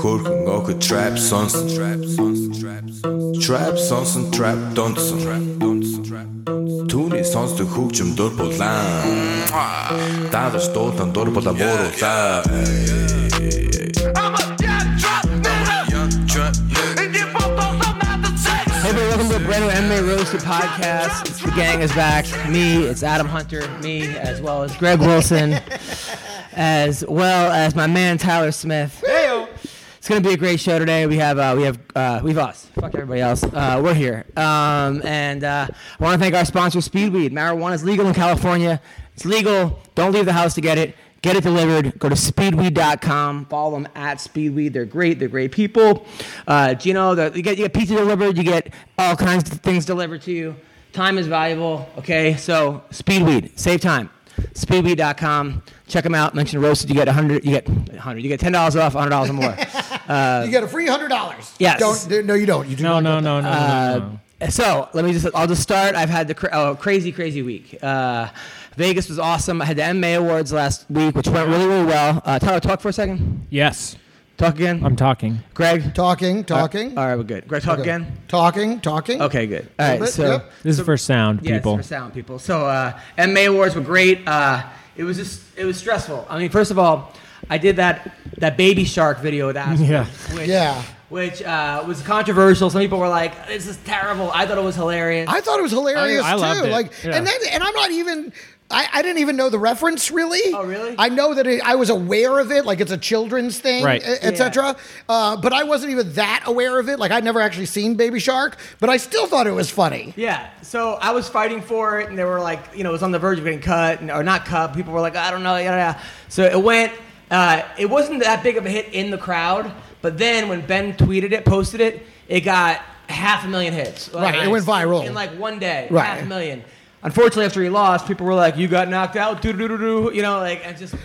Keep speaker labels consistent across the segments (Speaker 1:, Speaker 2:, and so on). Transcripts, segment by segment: Speaker 1: Hulken ook trap sonsen Trap sonsen trap donsen Toen is sonst du hugtjum durbulan Daður stóðan durbula voru það
Speaker 2: Hey, everybody, welcome to a brand new MMA Roasted podcast. It's the gang is back. Me, it's Adam Hunter. Me, as well as Greg Wilson, as well as my man Tyler Smith. It's gonna be a great show today. We have uh, we have uh, we've us. Fuck everybody else. Uh, we're here, um, and uh, I want to thank our sponsor, Speedweed. Marijuana is legal in California. It's legal. Don't leave the house to get it. Get it delivered. Go to speedweed.com. Follow them at Speedweed. They're great. They're great people. Uh, Gino, the, you, get, you get pizza delivered. You get all kinds of things delivered to you. Time is valuable. Okay, so Speedweed, save time speedweed.com. Check them out. Mention roasted, you get 100. You get 100. You get ten dollars off, hundred dollars or more.
Speaker 3: You get a free hundred dollars.
Speaker 2: Yes.
Speaker 3: Don't. d- No, you don't. You do
Speaker 4: No,
Speaker 3: not get
Speaker 4: no, no, no, no,
Speaker 3: Uh,
Speaker 4: no.
Speaker 2: so let me just. I'll just start. I've had the cra- oh, crazy, crazy week. Uh, Vegas was awesome. I had the MMA awards last week, which went really, really well. Uh, Tyler, talk for a second.
Speaker 4: Yes,
Speaker 2: Talk again.
Speaker 4: I'm talking.
Speaker 2: Greg.
Speaker 3: that.
Speaker 4: Uh,
Speaker 3: Talking, talking,
Speaker 2: All right, we're good. Greg, talk again.
Speaker 3: talking, talking.
Speaker 2: Okay, good. All right,
Speaker 3: bit,
Speaker 2: so.
Speaker 3: yep.
Speaker 4: This is for sound
Speaker 2: Yes,
Speaker 4: people.
Speaker 2: for sound people. So uh, MMA awards were great. Uh, it was just it was stressful. I mean, first of all, I did that that baby shark video with Aspen,
Speaker 4: Yeah.
Speaker 2: which,
Speaker 3: Yeah.
Speaker 2: which uh, was controversial. Some people were like, "This is terrible." I thought it was hilarious.
Speaker 3: I thought it was hilarious
Speaker 4: I- I
Speaker 3: too.
Speaker 4: loved it.
Speaker 3: Like,
Speaker 4: Yeah.
Speaker 3: and that, and I'm not even. I, I didn't even know the reference really.
Speaker 2: Oh, really?
Speaker 3: I know that it, I was aware of it, like it's a children's thing,
Speaker 4: Right.
Speaker 3: etc. Uh, but I wasn't even that aware of it. Like I'd never actually seen Baby Shark, but I still thought it was funny.
Speaker 2: yeah, so I was fighting for it, and they were like, you know, it was on the verge of getting cut, and, or not cut. People were like, I don't know, yada yada. So it went. Uh, it wasn't that big of a hit in the crowd, but then when Ben tweeted it, posted it, it got half a million hits. Like,
Speaker 3: Right, it went viral.
Speaker 2: in like one day,
Speaker 3: Right.
Speaker 2: half a million. Unfortunately, after he lost, people were like, "You got knocked out, doo doo doo doo," you know, like and just.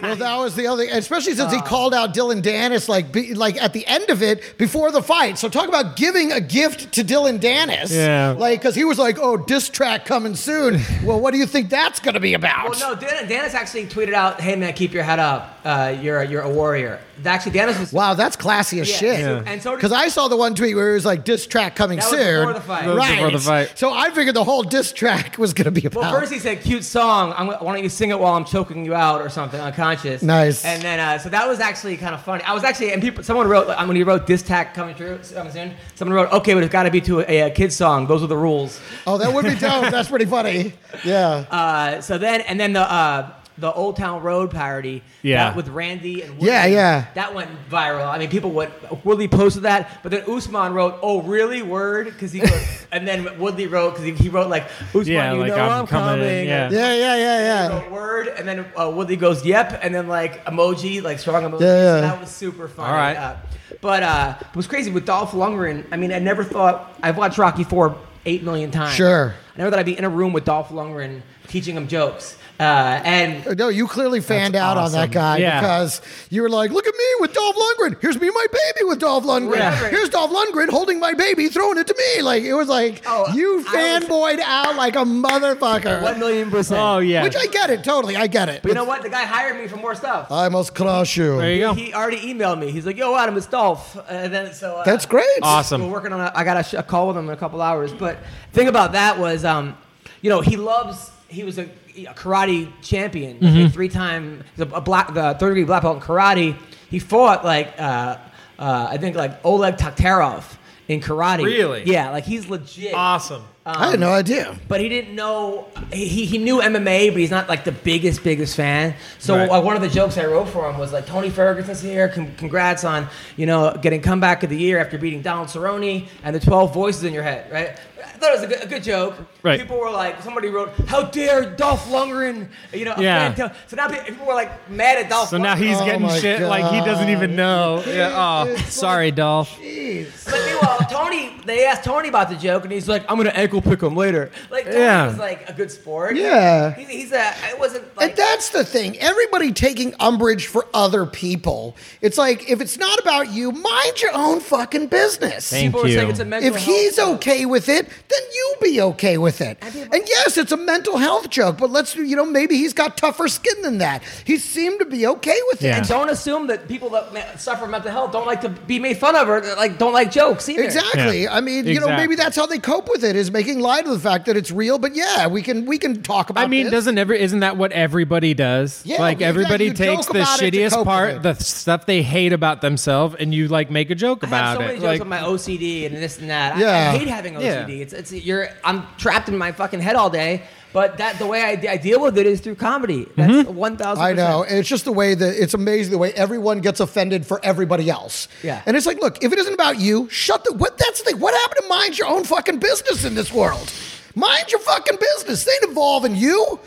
Speaker 3: Well, that was the other, especially since
Speaker 4: Ah.
Speaker 3: he called out Dylan Dennis like be, like at the end of it before the fight. So talk about giving a gift to Dylan Dennis,
Speaker 4: Yeah.
Speaker 3: Like because he was like, "Oh, diss track coming soon." well, what do you think that's going to be about?
Speaker 2: Well, no, Dan- Dennis actually tweeted out, "Hey man, keep your head up. Uh, you're you're a warrior." Actually, Dennis was.
Speaker 3: Wow, that's classy as
Speaker 2: Yeah,
Speaker 3: shit.
Speaker 2: so- and so did-
Speaker 3: Because I saw the one tweet where it was like diss track coming
Speaker 2: That was
Speaker 3: soon.
Speaker 2: before the fight. That was
Speaker 3: Right.
Speaker 4: before the fight.
Speaker 3: So I figured the whole diss track was going to be about.
Speaker 2: Well, first he said, "Cute song. I'm, gonna- why don't you sing it while I'm choking you out or something unconscious?"
Speaker 3: Nice.
Speaker 2: And then uh, so that was actually kind of funny. I was actually and people someone wrote like, when he wrote this tack coming through coming soon. Someone wrote, "Okay, but it's got to be to a, a kid's song. Those are the rules."
Speaker 3: oh, that would be dope. that's pretty funny. Yeah.
Speaker 2: Uh, so then and then the. Uh, the Old Town Road parody,
Speaker 4: Yeah.
Speaker 2: that with Randy and Woody,
Speaker 3: Yeah, yeah.
Speaker 2: that went viral. I mean, people would Woodley posted that, but then Usman wrote, "Oh, really?" Word, because he, wrote, and then Woodley wrote because he, he wrote like, "Usman,
Speaker 4: Yeah,
Speaker 2: you
Speaker 4: like,
Speaker 2: know
Speaker 4: I'm
Speaker 2: I'm,
Speaker 4: coming
Speaker 2: coming."
Speaker 4: in, yeah.
Speaker 3: yeah, yeah, yeah, yeah.
Speaker 2: a word, and then uh, Woodley goes, "Yep," and then like emoji, like strong emoji.
Speaker 3: Yeah, yeah.
Speaker 2: So that was super funny.
Speaker 4: All right.
Speaker 2: Uh, but uh, it was crazy with Dolph Lundgren. I mean, I never thought I've watched Rocky Four eight million times.
Speaker 3: Sure.
Speaker 2: I never thought I'd be in a room with Dolph Lundgren teaching him jokes. Uh, and
Speaker 3: No, you clearly fanned out on
Speaker 4: awesome.
Speaker 3: that guy
Speaker 4: Yeah.
Speaker 3: because you were like, "Look at me with Dolph Lundgren. Here's me and my baby with Dolph Lundgren.
Speaker 2: Yeah.
Speaker 3: Here's Dolph Lundgren holding my baby, throwing it to me." Like it was like
Speaker 2: Oh,
Speaker 3: you
Speaker 2: I was-
Speaker 3: fanboyed out like a motherfucker.
Speaker 2: one million percent.
Speaker 4: Oh yeah.
Speaker 3: Which I get it totally. I get it.
Speaker 2: But you know what? The guy hired me for more stuff.
Speaker 3: I must crush you.
Speaker 4: there you go.
Speaker 2: He already emailed me. He's like, "Yo, Adam, it's Dolph." And then so uh,
Speaker 3: That's great.
Speaker 4: Awesome.
Speaker 2: We're working on. A, I got a, sh- a call with him in a couple hours. But the thing about that was, um, you know, he loves. He was a, a karate champion,
Speaker 4: Mm-hmm.
Speaker 2: like, a three-time, he's a, a black, the third degree black belt in karate. He fought like uh, uh, I think like Oleg Taktarov in karate.
Speaker 4: Really?
Speaker 2: Yeah, like he's legit.
Speaker 4: Awesome.
Speaker 3: I had no idea.
Speaker 2: but he didn't know he, he knew MMA, but he's not like the biggest biggest fan. So
Speaker 4: Right.
Speaker 2: uh, one of the jokes I wrote for him was like Tony Ferguson's here. Con- congrats on you know getting comeback of the year after beating Donald Cerrone and the twelve voices in your head. Right? I thought it was a good, a good joke.
Speaker 4: Right.
Speaker 2: People were like, somebody wrote, "How dare Dolph Lungren?" You know. a
Speaker 4: Yeah.
Speaker 2: fan tell- So now pe- people were like mad at Dolph.
Speaker 4: So now
Speaker 2: Lundgren.
Speaker 4: he's
Speaker 3: Oh
Speaker 4: getting
Speaker 3: my
Speaker 4: shit like he doesn't
Speaker 3: God.
Speaker 4: even know. Yeah, oh, sorry, Dolph.
Speaker 2: But meanwhile, Tony, they asked Tony about the joke, and he's like, "I'm gonna ankle pick him later." Like Tony
Speaker 4: Yeah.
Speaker 2: was like a good sport.
Speaker 3: Yeah.
Speaker 2: He's, he's a. It wasn't. Like,
Speaker 3: And that's the thing. Everybody taking umbrage for other people. It's like if it's not about you, mind your own fucking business.
Speaker 4: Thank
Speaker 2: people were saying
Speaker 4: you.
Speaker 2: it's a mental
Speaker 3: if he's
Speaker 2: health-
Speaker 3: okay with it, then you be okay with it. And yes, it's a mental health joke, but let's you know maybe he's got tougher skin than that. He seemed to be okay with
Speaker 4: Yeah.
Speaker 3: it.
Speaker 2: And don't assume that people that ma- suffer mental health don't like to be made fun of or that, like don't like jokes either.
Speaker 3: Exactly.
Speaker 4: Yeah.
Speaker 3: I mean, you know, maybe
Speaker 4: Exactly.
Speaker 3: that's how they cope with it is making light of the fact that it's real. But yeah, we can we can talk about.
Speaker 4: I mean,
Speaker 3: this.
Speaker 4: doesn't every isn't that what everybody does?
Speaker 3: Yeah,
Speaker 4: like
Speaker 3: you-
Speaker 4: everybody
Speaker 3: you
Speaker 4: takes
Speaker 3: joke
Speaker 4: the
Speaker 3: about it to
Speaker 4: shittiest
Speaker 3: cope with
Speaker 4: part,
Speaker 3: it.
Speaker 4: the stuff they hate about themselves, and you like make a joke
Speaker 2: I have
Speaker 4: about
Speaker 2: so many
Speaker 4: it.
Speaker 2: jokes
Speaker 4: Like,
Speaker 2: with my OCD and this and that. I- I,
Speaker 3: Yeah.
Speaker 2: hate having OCD.
Speaker 4: Yeah.
Speaker 2: It's, it's you're I'm trapped in my fucking head all day. But that the way I, I deal with it is through comedy. That's
Speaker 4: Mm-hmm.
Speaker 2: one thousand.
Speaker 3: I know. And it's just the way that it's amazing the way everyone gets offended for everybody else.
Speaker 2: Yeah.
Speaker 3: And it's like, look, if it isn't about you, shut the what that's the thing. What happened to mind your own fucking business in this world? Mind your fucking business. They ain't involving you.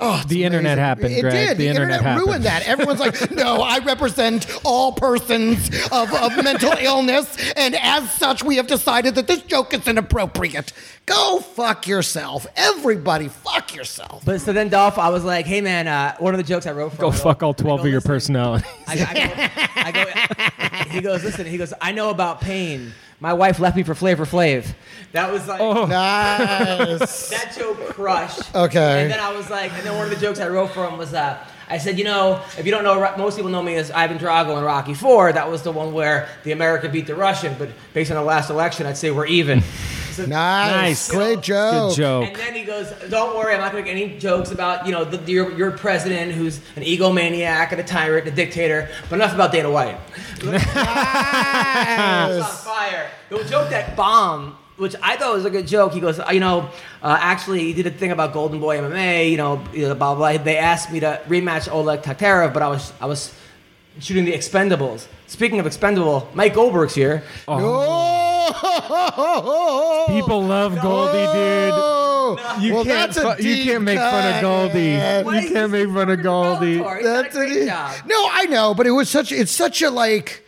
Speaker 3: Oh, it's
Speaker 4: The internet
Speaker 3: amazing.
Speaker 4: happened,
Speaker 3: It
Speaker 4: Greg.
Speaker 3: did.
Speaker 4: The
Speaker 3: The, internet,
Speaker 4: internet happened.
Speaker 3: ruined that. Everyone's like, no, I represent all persons of, of mental illness, and as such, we have decided that this joke is inappropriate. Go fuck yourself. Everybody, fuck yourself.
Speaker 2: But so then Dolph, I was like, hey man, uh, one of the jokes I wrote for
Speaker 4: go
Speaker 2: him, I
Speaker 4: fuck
Speaker 2: go,
Speaker 4: all twelve
Speaker 2: I
Speaker 4: of
Speaker 2: go,
Speaker 4: your
Speaker 2: "Listen,
Speaker 4: personality.
Speaker 2: I, I go, I go, he goes, listen, he goes, I know about pain. My wife left me for Flavor Flav. That was like,
Speaker 4: Oh.
Speaker 3: Nice.
Speaker 2: that joke crushed.
Speaker 3: Okay.
Speaker 2: And then I was like, and then one of the jokes I wrote for him was uh, I said, you know, if you don't know, Ro- most people know me as Ivan Drago in Rocky Four. That was the one where the American beat the Russian, but based on the last election, I'd say we're even. So-
Speaker 3: Nice.
Speaker 4: Nice.
Speaker 3: Great joke.
Speaker 4: Good joke.
Speaker 2: And then he goes, "Don't worry, I'm not going to make any jokes about you know the, your your president who's an egomaniac and a tyrant, and a dictator. But enough about Dana White. It's on fire. The joke that bomb, which I thought was a good joke. He goes, you know, uh, actually, he did a thing about Golden Boy MMA. You know, you know, blah blah. blah. They asked me to rematch Oleg Taktarov, but I was I was shooting the Expendables. Speaking of Expendable, Mike Goldberg's here.
Speaker 4: Oh.
Speaker 3: Oh,
Speaker 4: People love Goldie, dude. You
Speaker 3: well,
Speaker 4: can't
Speaker 3: that's a
Speaker 4: fu- you
Speaker 3: deep
Speaker 4: can't make fun of
Speaker 3: cut.
Speaker 4: Goldie.
Speaker 3: That's
Speaker 2: Why
Speaker 4: You
Speaker 2: is
Speaker 4: can't
Speaker 2: he
Speaker 4: make fun of
Speaker 2: freaking
Speaker 4: Goldie.
Speaker 2: Bellator? He's done a great
Speaker 3: a-
Speaker 2: job.
Speaker 3: No, I know, but it was such. It's such a like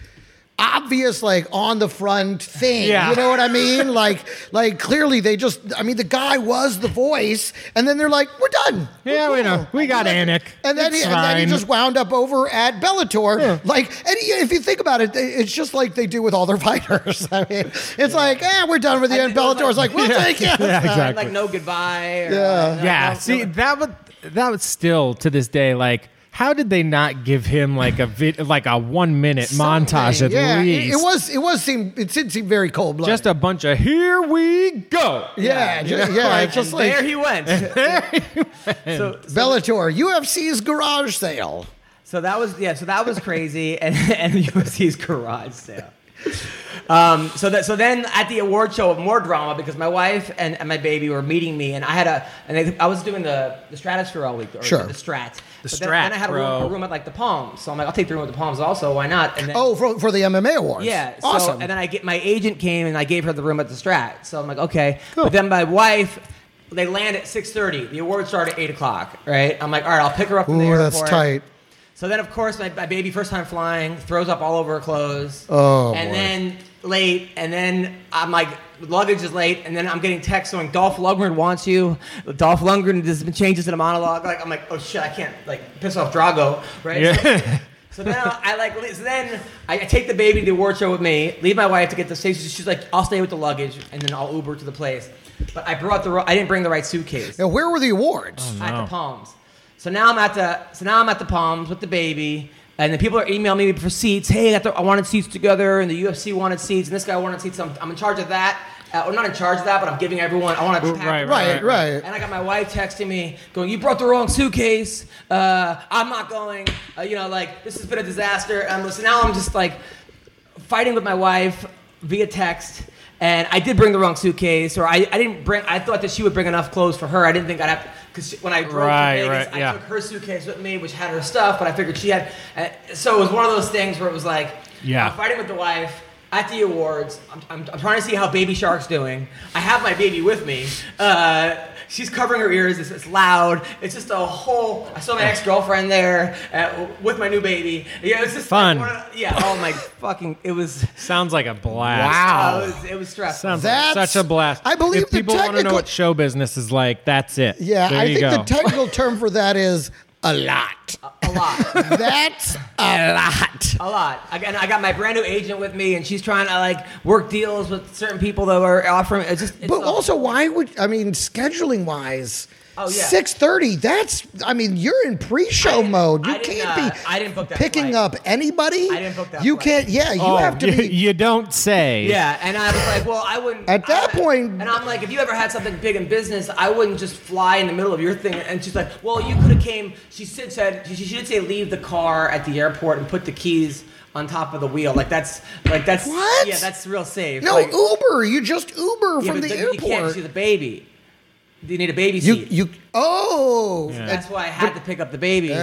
Speaker 3: obvious like on the front thing
Speaker 4: Yeah.
Speaker 3: you know what i mean like like clearly they just i mean the guy was the voice and then they're like we're done
Speaker 4: Yeah, we know. We got
Speaker 3: Like,
Speaker 4: Anik.
Speaker 3: And then,
Speaker 4: It's
Speaker 3: he, and then he
Speaker 4: fine.
Speaker 3: just wound up over at Bellator.
Speaker 4: Yeah.
Speaker 3: Like, and he- if you think about it, it's just like they do with all their fighters. I mean, it's like, eh, we're done with you.
Speaker 2: I
Speaker 3: And
Speaker 2: think it was
Speaker 3: Bellator's like,
Speaker 2: like-
Speaker 3: we'll take you.
Speaker 4: Yeah, exactly.
Speaker 2: Uh, Like no goodbye. Or,
Speaker 3: Yeah.
Speaker 2: no-
Speaker 4: yeah
Speaker 2: no-
Speaker 4: see
Speaker 2: no-
Speaker 4: that would that would still to this day like how did they not give him like a vid, like a one minute montage at
Speaker 3: yeah, it-
Speaker 4: least
Speaker 3: It, was. It was seem. It did seem very cold blooded.
Speaker 4: just a bunch of here we go
Speaker 3: yeah, yeah, ju- yeah,
Speaker 2: And
Speaker 3: just like
Speaker 2: there he went. so,
Speaker 3: Bellator UFC's garage sale.
Speaker 2: so that was yeah. So that was crazy, and and UFC's garage sale. Um, so that so then at the award show more drama because my wife and, and my baby were meeting me and I had a and they, I was doing the the stratosphere all week or
Speaker 3: Sure.
Speaker 2: the strat the
Speaker 4: Strat,
Speaker 2: then, I had a
Speaker 4: bro.
Speaker 2: room, a room at like the Palms so I'm like I'll take the room at the Palms also why not and then,
Speaker 3: Oh, for, for the MMA awards.
Speaker 2: Yeah. So,
Speaker 3: awesome.
Speaker 2: And then I get my agent came and I gave her the room at the Strat. So I'm like, okay. But then my wife, they land at 6:30. The awards start at 8 o'clock. Right. I'm like, all right, I'll pick her up from the
Speaker 3: Ooh,
Speaker 2: airport.
Speaker 3: that's tight.
Speaker 2: So then, of course, my, my baby, first time flying, throws up all over her clothes. Oh, And
Speaker 3: boy.
Speaker 2: then late, and then I'm like, luggage is late, and then I'm getting texts going, Dolph Lundgren wants you. Dolph Lundgren does changes in a monologue. Like, I'm like, oh shit, I can't like piss off Drago, right? So, so now I like, le- so then I, I take the baby to the award show with me, leave my wife to get the station. She's like, I'll stay with the luggage, and then I'll Uber to the place. But I brought the, ro- I didn't bring the right suitcase
Speaker 3: Now, where were the awards?
Speaker 4: Oh,
Speaker 2: at the Palms. So now I'm at the so now I'm at the Palms with the baby, and the people are emailing me for seats. Hey, I, got the, I wanted seats together, and the UFC wanted seats, and this guy wanted seats. I'm, I'm in charge of that. Uh, well, not in charge of that, but I'm giving everyone. I want to pack
Speaker 4: right,
Speaker 3: right, right.
Speaker 2: and I got my wife texting me, going, "You brought the wrong suitcase. Uh, I'm not going. Uh, you know, like this has been a disaster." And so now I'm just like fighting with my wife via text, And I did bring the wrong suitcase, or I, I didn't bring. I thought that she would bring enough clothes for her. I didn't think I'd have because when I drove
Speaker 4: Right,
Speaker 2: to Vegas,
Speaker 4: right,
Speaker 2: I
Speaker 4: yeah.
Speaker 2: took her suitcase with me, which had her stuff. But I figured she had. Uh, so it was one of those things where it was like,
Speaker 4: Yeah.
Speaker 2: I'm fighting with the wife at the awards. I'm, I'm, I'm trying to see how Baby Shark's doing. I have my baby with me. Uh, she's covering her ears. It's, it's loud. It's just a whole. I saw my ex girlfriend there uh, with my new baby. Yeah, it's just
Speaker 4: Fun.
Speaker 2: Like, one of- yeah. Oh my fucking. It was.
Speaker 4: Sounds like a blast.
Speaker 2: It was, it was stressful.
Speaker 4: Sounds like
Speaker 3: That's-
Speaker 4: such a blast.
Speaker 3: I believe
Speaker 4: if
Speaker 3: the
Speaker 4: people want to know
Speaker 3: technical-
Speaker 4: what show business is like. That's it.
Speaker 3: Yeah,
Speaker 4: there
Speaker 3: I
Speaker 4: you
Speaker 3: think
Speaker 4: go.
Speaker 3: the technical term for that is a lot.
Speaker 2: a lot.
Speaker 3: That's a lot.
Speaker 2: A lot. Again, I got my brand new agent with me, and she's trying to like work deals with certain people that were offering. It's just, it's
Speaker 3: But
Speaker 2: a-
Speaker 3: also, why would I mean scheduling wise?
Speaker 2: Oh, yeah.
Speaker 3: Six thirty. That's I mean you're in
Speaker 2: I
Speaker 3: pre-show
Speaker 2: didn't-
Speaker 3: mode. You
Speaker 2: I didn't,
Speaker 3: can't
Speaker 2: uh,
Speaker 3: be.
Speaker 2: I didn't book that
Speaker 3: picking
Speaker 2: flight.
Speaker 3: up anybody.
Speaker 2: I didn't book that
Speaker 3: You
Speaker 2: flight.
Speaker 3: can't. Yeah, you
Speaker 4: Oh,
Speaker 3: have to
Speaker 4: you,
Speaker 3: be.
Speaker 4: you don't say.
Speaker 2: Yeah, and I was like, well, I wouldn't.
Speaker 3: At that
Speaker 2: I-
Speaker 3: point-
Speaker 2: and I'm like, if you ever had something big in business, I wouldn't just fly in the middle of your thing. And she's like, well, you could have came. She should said she should say leave the car at the airport and put the keys on top of the wheel. Like that's like that's
Speaker 3: What?
Speaker 2: Yeah, that's real safe.
Speaker 3: no
Speaker 2: like,
Speaker 3: Uber. You just Uber
Speaker 2: yeah,
Speaker 3: from
Speaker 2: but
Speaker 3: the
Speaker 2: then
Speaker 3: airport.
Speaker 2: You can't see the baby. You need a baby
Speaker 3: You
Speaker 2: seat.
Speaker 3: you oh
Speaker 2: That's why I had to pick up the baby. 'cause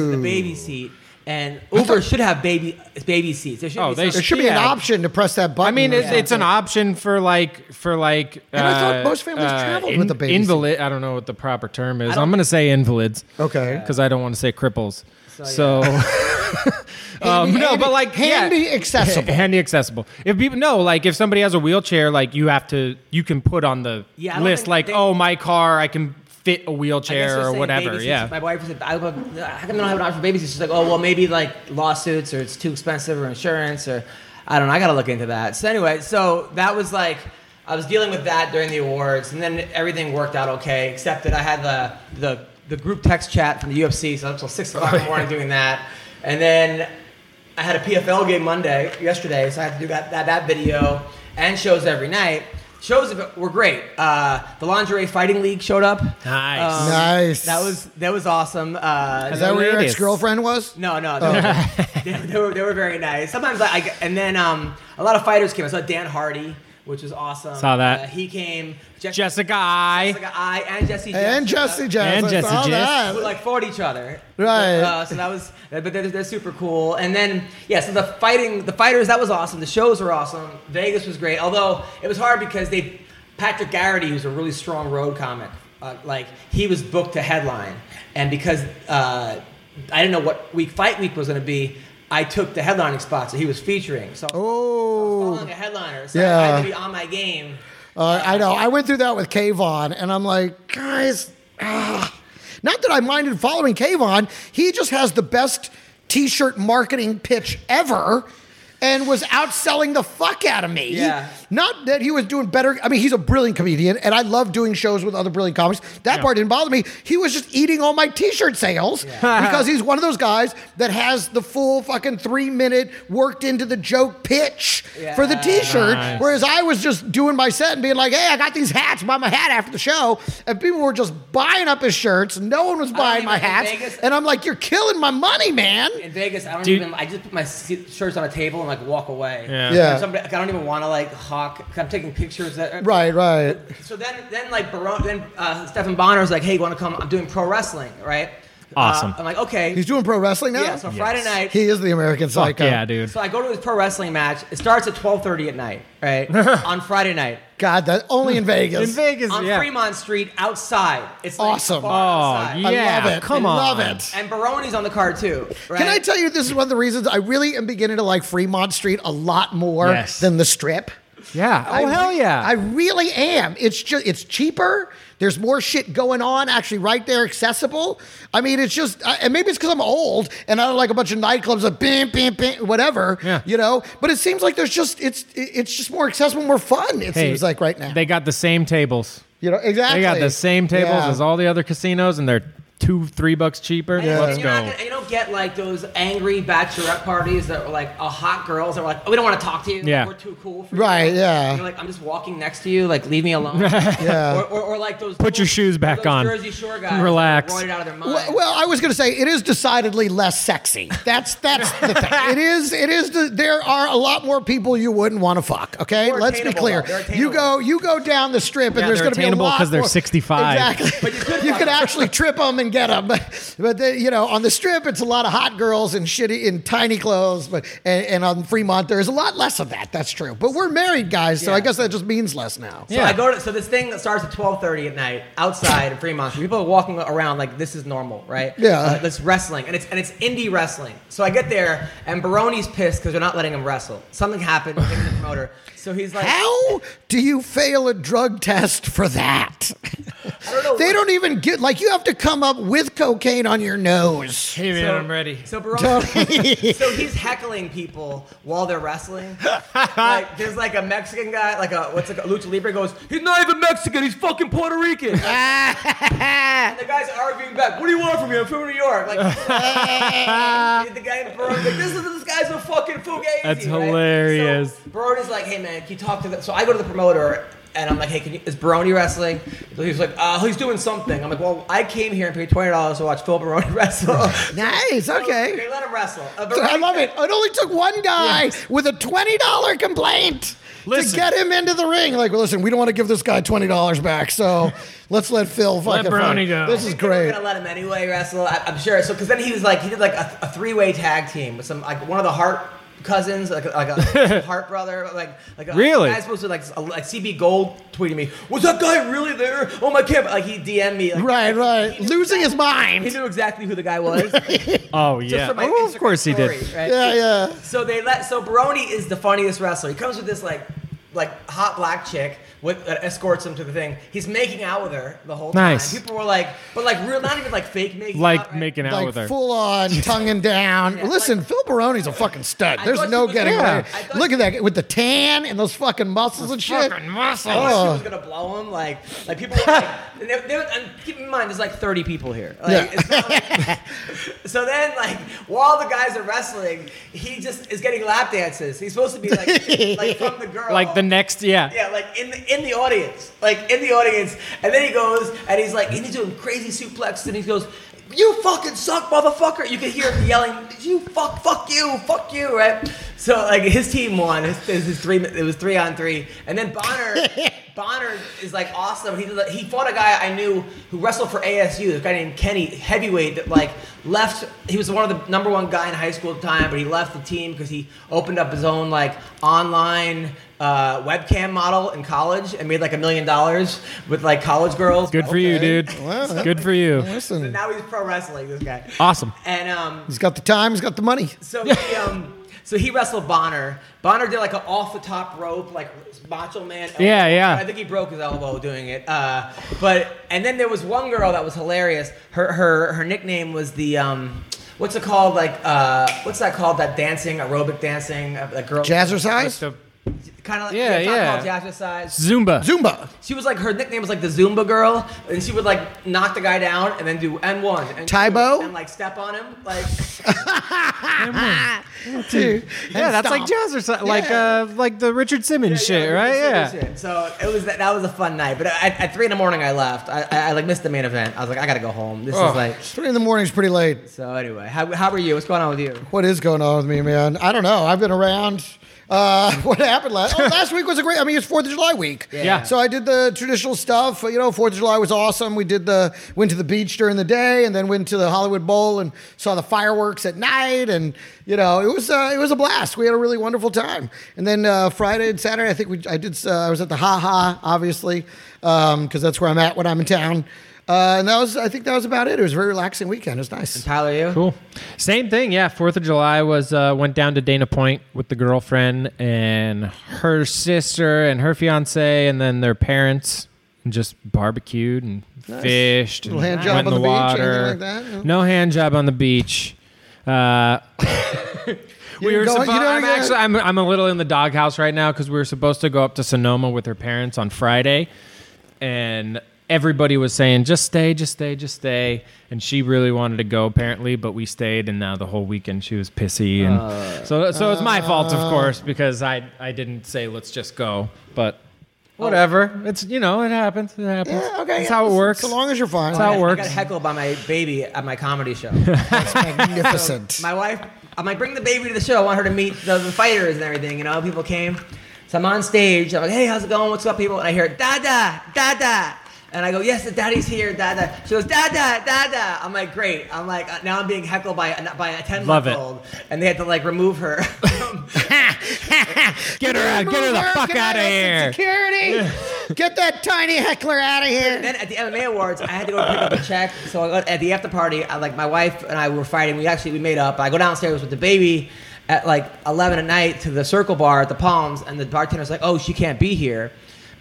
Speaker 2: of
Speaker 3: oh
Speaker 2: The baby seat. And Uber should have baby baby seats. There should
Speaker 4: Oh,
Speaker 2: be
Speaker 4: they
Speaker 2: some-
Speaker 3: there should be an
Speaker 4: Yeah.
Speaker 3: option to press that button.
Speaker 4: I mean,
Speaker 3: or
Speaker 4: it's, it's an
Speaker 3: something.
Speaker 4: option for like for like.
Speaker 3: And I thought
Speaker 4: uh,
Speaker 3: most families
Speaker 4: uh,
Speaker 3: traveled with a baby seat.
Speaker 4: Invalid. I don't know what the proper term is.
Speaker 2: don't-
Speaker 4: I'm gonna say invalids.
Speaker 3: Okay.
Speaker 4: Because I don't want to say cripples. So.
Speaker 2: So,
Speaker 4: um, no,
Speaker 3: Handy-
Speaker 4: but like yeah.
Speaker 3: handy accessible.
Speaker 4: handy accessible. If people no, like if somebody has a wheelchair, like you have to, you can put on the
Speaker 2: Yeah, I don't
Speaker 4: list,
Speaker 2: think
Speaker 4: like
Speaker 2: they-
Speaker 4: oh my car, I can fit a
Speaker 2: I guess
Speaker 4: wheelchair
Speaker 2: they're
Speaker 4: or
Speaker 2: saying
Speaker 4: whatever.
Speaker 2: baby seats.
Speaker 4: yeah,
Speaker 2: My wife was like, I love- how come they don't have an option for baby seats? She's like, oh, well, maybe like lawsuits or it's too expensive or insurance or I don't know. I got to look into that. So, anyway, so that was like, I was dealing with that during the awards and then everything worked out okay, except that I had the, the, the group text chat from the UFC, so I was until 6
Speaker 4: Oh,
Speaker 2: o'clock in the morning doing that. And then I had a PFL game Monday, yesterday, so I had to do that, that, that video and shows every night. Shows were great. Uh, the Lingerie Fighting League showed up.
Speaker 4: Nice.
Speaker 3: Um, Nice.
Speaker 2: That was that was awesome. Uh,
Speaker 3: Is that Oh. where your
Speaker 4: Ladies.
Speaker 3: ex girlfriend was?
Speaker 2: no, no, they, were, they, they were they were very nice. Sometimes I, I and then um, a lot of fighters came. I saw Dan Hardy, which was awesome.
Speaker 4: Saw that.
Speaker 2: Uh, he came. Jessica,
Speaker 4: Jessica I.
Speaker 2: Jessica I and Jesse
Speaker 3: And
Speaker 2: Jess, uh,
Speaker 3: Jesse Jess.
Speaker 4: And
Speaker 3: I
Speaker 4: Jesse
Speaker 3: saw
Speaker 4: Jess.
Speaker 3: that.
Speaker 2: who like fought each other.
Speaker 3: Um, Right.
Speaker 2: Uh, so that was, but they're, they're super cool. And then yeah, so the fighting, the fighters, that was awesome. The shows were awesome. Vegas was great, although it was hard because they, Patrick Garrity, who's a really strong road comic, uh, like he was booked to headline, and because uh, I didn't know what week fight week was going to be. I took the headlining spot, so he was featuring. So I was
Speaker 3: Oh,
Speaker 2: following a headliner, so I had
Speaker 3: Yeah.
Speaker 2: to be on my game.
Speaker 3: uh, I know. I went through that with Kayvon, and I'm like, guys, ah. not that I minded following Kayvon. He just has the best T-shirt marketing pitch ever, and was outselling the fuck out of me.
Speaker 2: Yeah.
Speaker 3: Not that he was doing better. I mean, he's a brilliant comedian, and I love doing shows with other brilliant comics. That part didn't bother me. He was just eating all my T-shirt sales because he's one of those guys that has the full fucking three-minute worked into the joke pitch for the
Speaker 2: Yeah.
Speaker 3: T-shirt,
Speaker 4: Nice.
Speaker 3: whereas I was just doing my set and being like, "Hey, I got these hats. Buy my hat after the show," and people were just buying up his shirts. No one was buying
Speaker 2: even
Speaker 3: my
Speaker 2: in
Speaker 3: hats,
Speaker 2: Vegas-
Speaker 3: and I'm like, "You're killing my money, man."
Speaker 2: in Vegas, I don't
Speaker 4: Dude.
Speaker 2: even. I just put my se- shirts on a table and like walk away.
Speaker 4: Yeah.
Speaker 3: Yeah.
Speaker 2: And somebody- I don't even want to like hawk. i I'm taking pictures. That, uh,
Speaker 3: Right, right.
Speaker 2: So then, then like Barone, then uh, Stephen Bonner was like, "Hey, you want to come? I'm doing pro wrestling, right?"
Speaker 4: Awesome.
Speaker 2: Uh, I'm like, okay.
Speaker 3: He's doing pro wrestling now.
Speaker 2: yeah. So Friday night,
Speaker 3: he is the American
Speaker 4: Fuck
Speaker 3: Psycho.
Speaker 4: yeah, dude.
Speaker 2: so I go to his pro wrestling match. It starts at 12:30 at night, right? on Friday night.
Speaker 3: God, that only in Vegas.
Speaker 4: In Vegas,
Speaker 2: On
Speaker 4: yeah.
Speaker 2: Fremont Street, outside. It's like
Speaker 3: Awesome.
Speaker 2: a
Speaker 4: Oh
Speaker 2: bar outside.
Speaker 4: yeah,
Speaker 3: love it.
Speaker 4: come
Speaker 3: I
Speaker 4: on,
Speaker 3: love it.
Speaker 2: And Barone's on the card too. Right?
Speaker 3: Can I tell you this is one of the reasons I really am beginning to like Fremont Street a lot more
Speaker 4: Yes.
Speaker 3: than the Strip.
Speaker 4: Yeah. Oh
Speaker 3: I
Speaker 4: hell
Speaker 3: re-
Speaker 4: yeah.
Speaker 3: I really am. It's just it's cheaper. There's more shit going on actually right there, accessible. I mean, it's just, I, and maybe it's because I'm old and I don't like a bunch of nightclubs that bam, bam, bam, whatever.
Speaker 4: Yeah.
Speaker 3: You know, but it seems like there's just it's it's just more accessible, more fun. It
Speaker 4: Hey,
Speaker 3: seems like right now.
Speaker 4: they got the same tables.
Speaker 3: you know exactly.
Speaker 4: They got the same tables
Speaker 3: Yeah.
Speaker 4: as all the other casinos, and they're two, three bucks cheaper.
Speaker 2: And-
Speaker 4: Let's
Speaker 2: and you're
Speaker 4: go.
Speaker 2: not gonna- and you don't get like those angry bachelorette parties that were like a hot girls that were like, oh, we don't want to talk to you.
Speaker 4: Yeah.
Speaker 2: We're too cool for
Speaker 3: Right,
Speaker 2: you.
Speaker 3: yeah.
Speaker 2: You're like, I'm just walking next to you. Like, leave me alone. yeah. Or, or, or like those.
Speaker 4: Put your shoes back
Speaker 2: those
Speaker 4: on.
Speaker 2: Jersey Shore guys.
Speaker 4: Relax.
Speaker 2: Like, roided out of their mind.
Speaker 3: Well, well, I was going to say it is decidedly less sexy. That's that's the thing. It is it is the, there are a lot more people you wouldn't want to fuck. Okay,
Speaker 2: They're
Speaker 3: let's be
Speaker 2: attainable,
Speaker 3: clear.
Speaker 2: though. They're attainable.
Speaker 3: You go you go down the strip and
Speaker 4: Yeah,
Speaker 3: there's
Speaker 4: they're
Speaker 3: going to be a
Speaker 4: attainable
Speaker 3: lot
Speaker 4: 'cause they're
Speaker 3: more-
Speaker 4: 65.
Speaker 3: Exactly. you could actually trip them and get them. But they, you know, on the strip, it's a lot of hot girls and shitty in tiny clothes. But and, and on Fremont, there's a lot less of that. That's true. But we're married guys, so I
Speaker 2: Yeah.
Speaker 3: guess that just means less now.
Speaker 2: So I go to so this thing that starts at twelve thirty at night outside in Fremont. Street. People are walking around like this is normal, right?
Speaker 3: Yeah.
Speaker 2: Uh, that's wrestling, and it's and it's indie wrestling. So I get there, and Baroni's pissed because they're not letting him wrestle. Something happened with the promoter, so he's like,
Speaker 3: How do you fail a drug test for that?
Speaker 2: I don't know
Speaker 3: They
Speaker 2: what-
Speaker 3: don't even get like you have to come up with cocaine on your nose.
Speaker 4: Hey man,
Speaker 2: So-
Speaker 4: I'm ready.
Speaker 2: So Baroni, so he's heckling people while they're wrestling. like there's like a Mexican guy, like a what's like a lucha libre goes, he's not even Mexican, he's fucking Puerto Rican. and the guy's arguing back, what do you want from me? I'm from New York. Like the guy Baroni's like, this is this guy's a fucking fugazi.
Speaker 4: That's
Speaker 2: right?
Speaker 4: hilarious.
Speaker 2: So Baroni's like, hey man, can you talk to the so I go to the promoter and I'm like, hey, can you, is Baroni wrestling? He's like, uh, he's doing something. I'm like, well, I came here and paid twenty dollars to watch Phil Baroni wrestle.
Speaker 3: Nice,
Speaker 2: They
Speaker 3: okay.
Speaker 2: let him wrestle. Uh, but
Speaker 3: I
Speaker 2: right-
Speaker 3: love it. It only took one guy with a twenty dollar complaint to
Speaker 4: Listen.
Speaker 3: get him into the ring. Like, well, listen, we don't want to give this guy twenty dollars back, so let's let Phil
Speaker 4: Let
Speaker 3: fucking
Speaker 4: Brownie
Speaker 3: fight.
Speaker 4: go.
Speaker 3: This is
Speaker 2: They were
Speaker 3: great.
Speaker 2: gonna let him anyway wrestle. I, I'm sure. So because then he was like he did like a, a three way tag team with some like one of the Hart cousins, like like a Hart brother, like like a,
Speaker 4: Really?
Speaker 2: I was supposed to like a, like CB Gold tweeting me, was that guy really there? Oh my camp! Like he DM'd me. Like,
Speaker 3: Right, right. Losing his
Speaker 2: He
Speaker 3: mind.
Speaker 2: knew exactly who the guy was.
Speaker 4: Oh
Speaker 2: just
Speaker 4: yeah.
Speaker 2: from my
Speaker 4: Oh, of
Speaker 2: Instagram
Speaker 4: course he
Speaker 2: story,
Speaker 4: did.
Speaker 2: right?
Speaker 3: Yeah, yeah.
Speaker 2: So they let so Baroni is the funniest wrestler. He comes with this like like hot black chick with that escorts him to the thing. He's making out with her the whole time.
Speaker 4: Nice.
Speaker 2: People were like, but like real, not even like fake making
Speaker 4: Like
Speaker 2: out, right?
Speaker 4: making out
Speaker 3: Like
Speaker 4: with her.
Speaker 3: full on tongue and down.
Speaker 2: Yeah,
Speaker 3: Listen,
Speaker 2: like-
Speaker 3: Phil Baroni's a fucking stud.
Speaker 2: I
Speaker 3: There's
Speaker 2: thought she
Speaker 3: no
Speaker 2: was
Speaker 3: getting
Speaker 2: gonna-
Speaker 3: away.
Speaker 2: I thought
Speaker 3: Look
Speaker 2: she-
Speaker 3: at that with the tan and those fucking muscles and shit. Oh,
Speaker 2: I thought she was gonna blow him. Like like people were like, and they, they, were- and keep in mind, there's like 30 people here. Like,
Speaker 3: Yeah.
Speaker 2: it's not like- so then like while the guys are wrestling, he just is getting lap dances. He's supposed to be like like from the girl,
Speaker 4: Like the next, yeah.
Speaker 2: Yeah, like in the in the audience, like in the audience, and then he goes and he's like, and he's doing crazy suplex, and he goes, "You fucking suck, motherfucker!" You can hear him yelling, "You fuck, fuck you, fuck you!" Right? So like his team won. His, his, his three, it was three on three, and then Bonner, Bonner is like awesome. He did- he fought a guy I knew who wrestled for ASU. This guy named Kenny Heavyweight that like left. He was one of the number one guy in high school at the time, but he left the team because he opened up his own like online uh, webcam model in college and made like a million dollars with like college girls.
Speaker 4: Good for you, dude. Good for you.
Speaker 2: So
Speaker 3: Listen,
Speaker 2: now he's pro wrestling. This guy.
Speaker 4: Awesome.
Speaker 2: And um,
Speaker 3: he's got the time. He's got the money.
Speaker 2: so he, um, so he wrestled Bonner. Bonner did like an off the top rope, like Macho Man. elbow.
Speaker 4: Yeah, yeah.
Speaker 2: I think he broke his elbow doing it. Uh, but and then there was one girl that was hilarious. Her her her nickname was the um, what's it called? Like uh, what's that called? That dancing, aerobic dancing, uh, that girl.
Speaker 3: Jazzercise,
Speaker 2: Kind of like
Speaker 4: Yeah,
Speaker 2: yeah.
Speaker 4: yeah.
Speaker 2: Jazzercise.
Speaker 4: Zumba.
Speaker 3: Zumba,
Speaker 2: She was like her nickname was like the Zumba girl, and she would like knock the guy down and then do N one and
Speaker 3: Taibo?
Speaker 2: and like step on him like
Speaker 3: dude.
Speaker 4: Yeah, that's like jazz or something. Like uh like the Richard Simmons
Speaker 2: Yeah,
Speaker 4: shit,
Speaker 2: yeah,
Speaker 4: right?
Speaker 2: Richard
Speaker 4: Yeah.
Speaker 2: Simmons shit. So it was that, that was a fun night, but at, at three in the morning I left. I, I, I like missed the main event. I was like I gotta go home. This
Speaker 4: Oh.
Speaker 2: is like
Speaker 3: Three in the morning's pretty late.
Speaker 2: so anyway. How how are you? What's going on with you?
Speaker 3: What is going on with me, man? I don't know. I've been around. Uh, what happened last? Oh, last week was a great. I mean, it's Fourth of July week.
Speaker 4: Yeah.
Speaker 3: So I did the traditional stuff. You know, Fourth of July was awesome. We did the went to the beach during the day, and then went to the Hollywood Bowl and saw the fireworks at night. And you know, it was uh, it was a blast. We had a really wonderful time. And then uh, Friday and Saturday, I think we I did. Uh, I was at the Ha Ha, obviously, because that's where I'm at when I'm in town. Uh, and that was I think that was about it. It was a very relaxing weekend. It was nice.
Speaker 2: Tyler, you?
Speaker 4: Cool. Same thing, yeah. Fourth of July was uh, went down to Dana Point with the girlfriend and her sister and her fiance and then their parents and just barbecued and fished. and
Speaker 3: Little hand
Speaker 4: went
Speaker 3: job
Speaker 4: in
Speaker 3: on the beach, anything
Speaker 4: water.
Speaker 3: like that? No?
Speaker 4: No hand job on the beach. Uh,
Speaker 3: didn't
Speaker 4: we were
Speaker 3: go- you
Speaker 4: supposed.
Speaker 3: don't
Speaker 4: I'm
Speaker 3: get-
Speaker 4: actually I'm, I'm a little in the doghouse right now because we were supposed to go up to Sonoma with her parents on Friday, and everybody was saying, just stay, just stay, just stay. And she really wanted to go, apparently, but we stayed. And now the whole weekend she was pissy. And so, so it's my fault, of course, because I, I didn't say, let's just go. But Oh. whatever. It's, you know, it happens. It happens.
Speaker 3: Yeah, okay.
Speaker 4: That's how it
Speaker 3: yeah,
Speaker 4: works.
Speaker 3: So long as you're fine.
Speaker 4: That's how it
Speaker 2: I got
Speaker 4: works.
Speaker 2: heckled by my baby at my comedy show.
Speaker 3: Magnificent.
Speaker 2: my wife, I'm like, bring the baby to the show. I want her to meet the, the fighters and everything. You know, people came. So I'm on stage. I'm like, hey, how's it going? What's up, people? And I hear, Dada, Dada. And I go, yes, the daddy's here, Dada. She goes, Dada, Dada. I'm like, great. I'm like, uh, now I'm being heckled by, a- by a 10
Speaker 4: Love it.
Speaker 2: month old. And they had to like remove her.
Speaker 4: Get her out. Get her the
Speaker 3: Move
Speaker 4: fuck
Speaker 3: get
Speaker 4: out of
Speaker 3: some
Speaker 4: here.
Speaker 3: Security. get that tiny heckler out of here.
Speaker 2: then at the MMA awards, I had to go pick up a check. So I got, at the after party, I, like my wife and I were fighting. We actually we made up. I go downstairs with the baby at like 11 at night to the Circle Bar at the Palms, and the bartender's like, "Oh, she can't be here."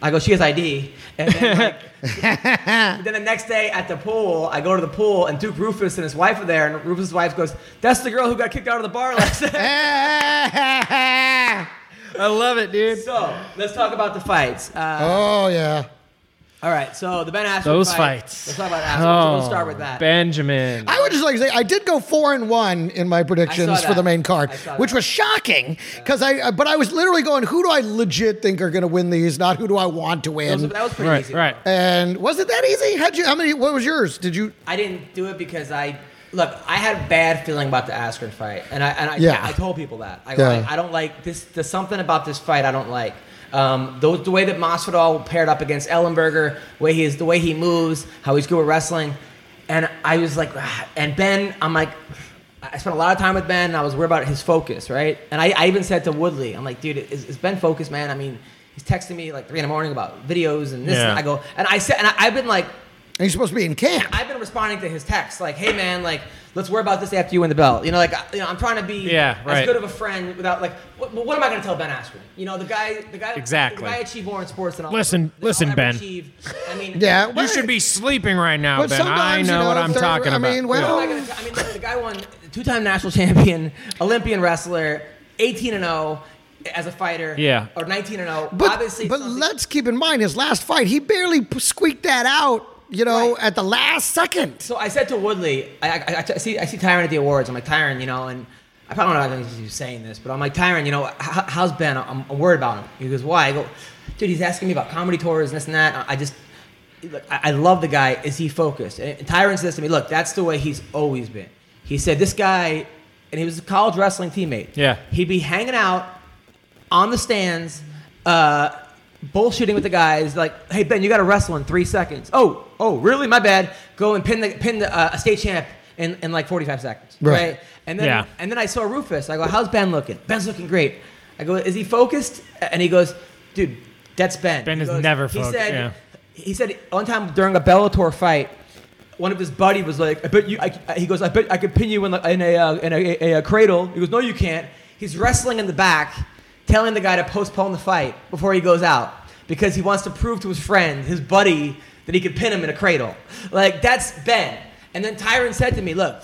Speaker 2: I go, "She has ID." And then, like, then the next day at the pool, I go to the pool, and Duke Rufus and his wife are there, and Rufus' wife goes, "That's the girl who got kicked out of the bar last night."
Speaker 4: I love it, dude.
Speaker 2: so let's talk about the fights. Uh,
Speaker 3: oh yeah.
Speaker 2: all right, so the Ben Askren
Speaker 4: Those
Speaker 2: fight.
Speaker 4: fights.
Speaker 2: Let's talk about Askren. so
Speaker 4: Oh,
Speaker 2: we'll start with that.
Speaker 4: Benjamin.
Speaker 3: I would just like to say I did go four and one in my predictions for
Speaker 2: that.
Speaker 3: the main card,
Speaker 2: I saw
Speaker 3: which
Speaker 2: that.
Speaker 3: was shocking because I. uh, But I was literally going, who do I legit think are going to win these? Not who do I want to
Speaker 2: That was,
Speaker 3: win.
Speaker 2: that was pretty
Speaker 4: right,
Speaker 2: easy.
Speaker 4: right.
Speaker 3: And was it that easy? How'd you? How many? What was yours? Did you?
Speaker 2: I didn't do it because I look. I had a bad feeling about the Askren fight, and I and I,
Speaker 3: Yeah.
Speaker 2: I told people that I,
Speaker 3: Yeah.
Speaker 2: like, I don't like this. There's something about this fight I don't like. Um, the, the way that Masvidal paired up against Ellenberger, way he is, the way he moves, how he's good with wrestling, and I was like, "Ah." and Ben, I'm like. I spent a lot of time with Ben, and I was worried about his focus, right? And I, I even said to Woodley, I'm like, dude, is, is Ben focused, man? I mean, he's texting me like three in the morning about videos and this.
Speaker 4: Yeah.
Speaker 2: And I go, and I said, and I, I've been like,
Speaker 3: And he's supposed to be in camp.
Speaker 2: I've been responding to his texts like, "Hey man, like let's worry about this after you win the belt." You know, like I, you know, I'm trying to be
Speaker 4: Yeah, right.
Speaker 2: as good of a friend without like, what, what am I going to tell Ben Askren? You know, the guy, the guy,
Speaker 4: Exactly.
Speaker 2: The guy achieved more in sports than I'll
Speaker 4: Listen-
Speaker 2: than I'll
Speaker 4: listen,
Speaker 2: ever
Speaker 4: Ben.
Speaker 2: achieve. I mean,
Speaker 3: yeah.
Speaker 4: You
Speaker 3: well,
Speaker 4: should be sleeping right now,
Speaker 3: But
Speaker 4: Ben. I
Speaker 3: sometimes,
Speaker 4: know,
Speaker 3: you know,
Speaker 4: what I'm
Speaker 3: they're-
Speaker 4: talking
Speaker 3: I
Speaker 4: about.
Speaker 3: mean, well-
Speaker 2: What am I going to? I mean, look, the guy won two-time national champion, Olympian wrestler, 18 and 0 as a fighter.
Speaker 4: Yeah.
Speaker 2: or 19 and 0.
Speaker 3: But,
Speaker 2: obviously,
Speaker 3: but
Speaker 2: something-
Speaker 3: let's keep in mind his last fight, he barely p- squeaked that out, you know,
Speaker 2: Right.
Speaker 3: at the last second.
Speaker 2: So I said to Woodley, I, I, I- I see I see Tyron at the awards. I'm like Tyron, you know, and I probably don't know if I'm just saying this, but I'm like Tyron, you know, h- how's Ben? I'm, I'm worried about him. He goes, why? I go, dude, he's asking me about comedy tours and this and that. I I just, look, I, I love the guy. Is he focused? And Tyron says to me, look, that's the way he's always been. He said this guy, and he was a college wrestling teammate.
Speaker 4: Yeah.
Speaker 2: he'd be hanging out on the stands, uh, bullshitting with the guys. Like, hey Ben, you got to wrestle in three seconds. Oh, oh, really? My bad. Go and pin the pin the uh, state champ in, in like 45 seconds.
Speaker 3: Right.
Speaker 2: Right. And then
Speaker 4: Yeah.
Speaker 2: and then I saw Rufus. I go, how's Ben looking? Ben's looking great. I go, is he focused? And he goes, dude, that's Ben.
Speaker 4: Ben
Speaker 2: He
Speaker 4: is
Speaker 2: goes-
Speaker 4: never
Speaker 2: he
Speaker 4: focused,
Speaker 2: Said,
Speaker 4: yeah.
Speaker 2: He said one time during a Bellator fight. One of his buddy was like, "I bet you." I, I- he goes, "I bet I could pin you in, the, in, a, uh, in a, a, a cradle." He goes, "No, you can't." He's wrestling in the back, telling the guy to postpone the fight before he goes out because he wants to prove to his friend, his buddy, that he could pin him in a cradle. Like that's Ben. And then Tyron said to me, "Look,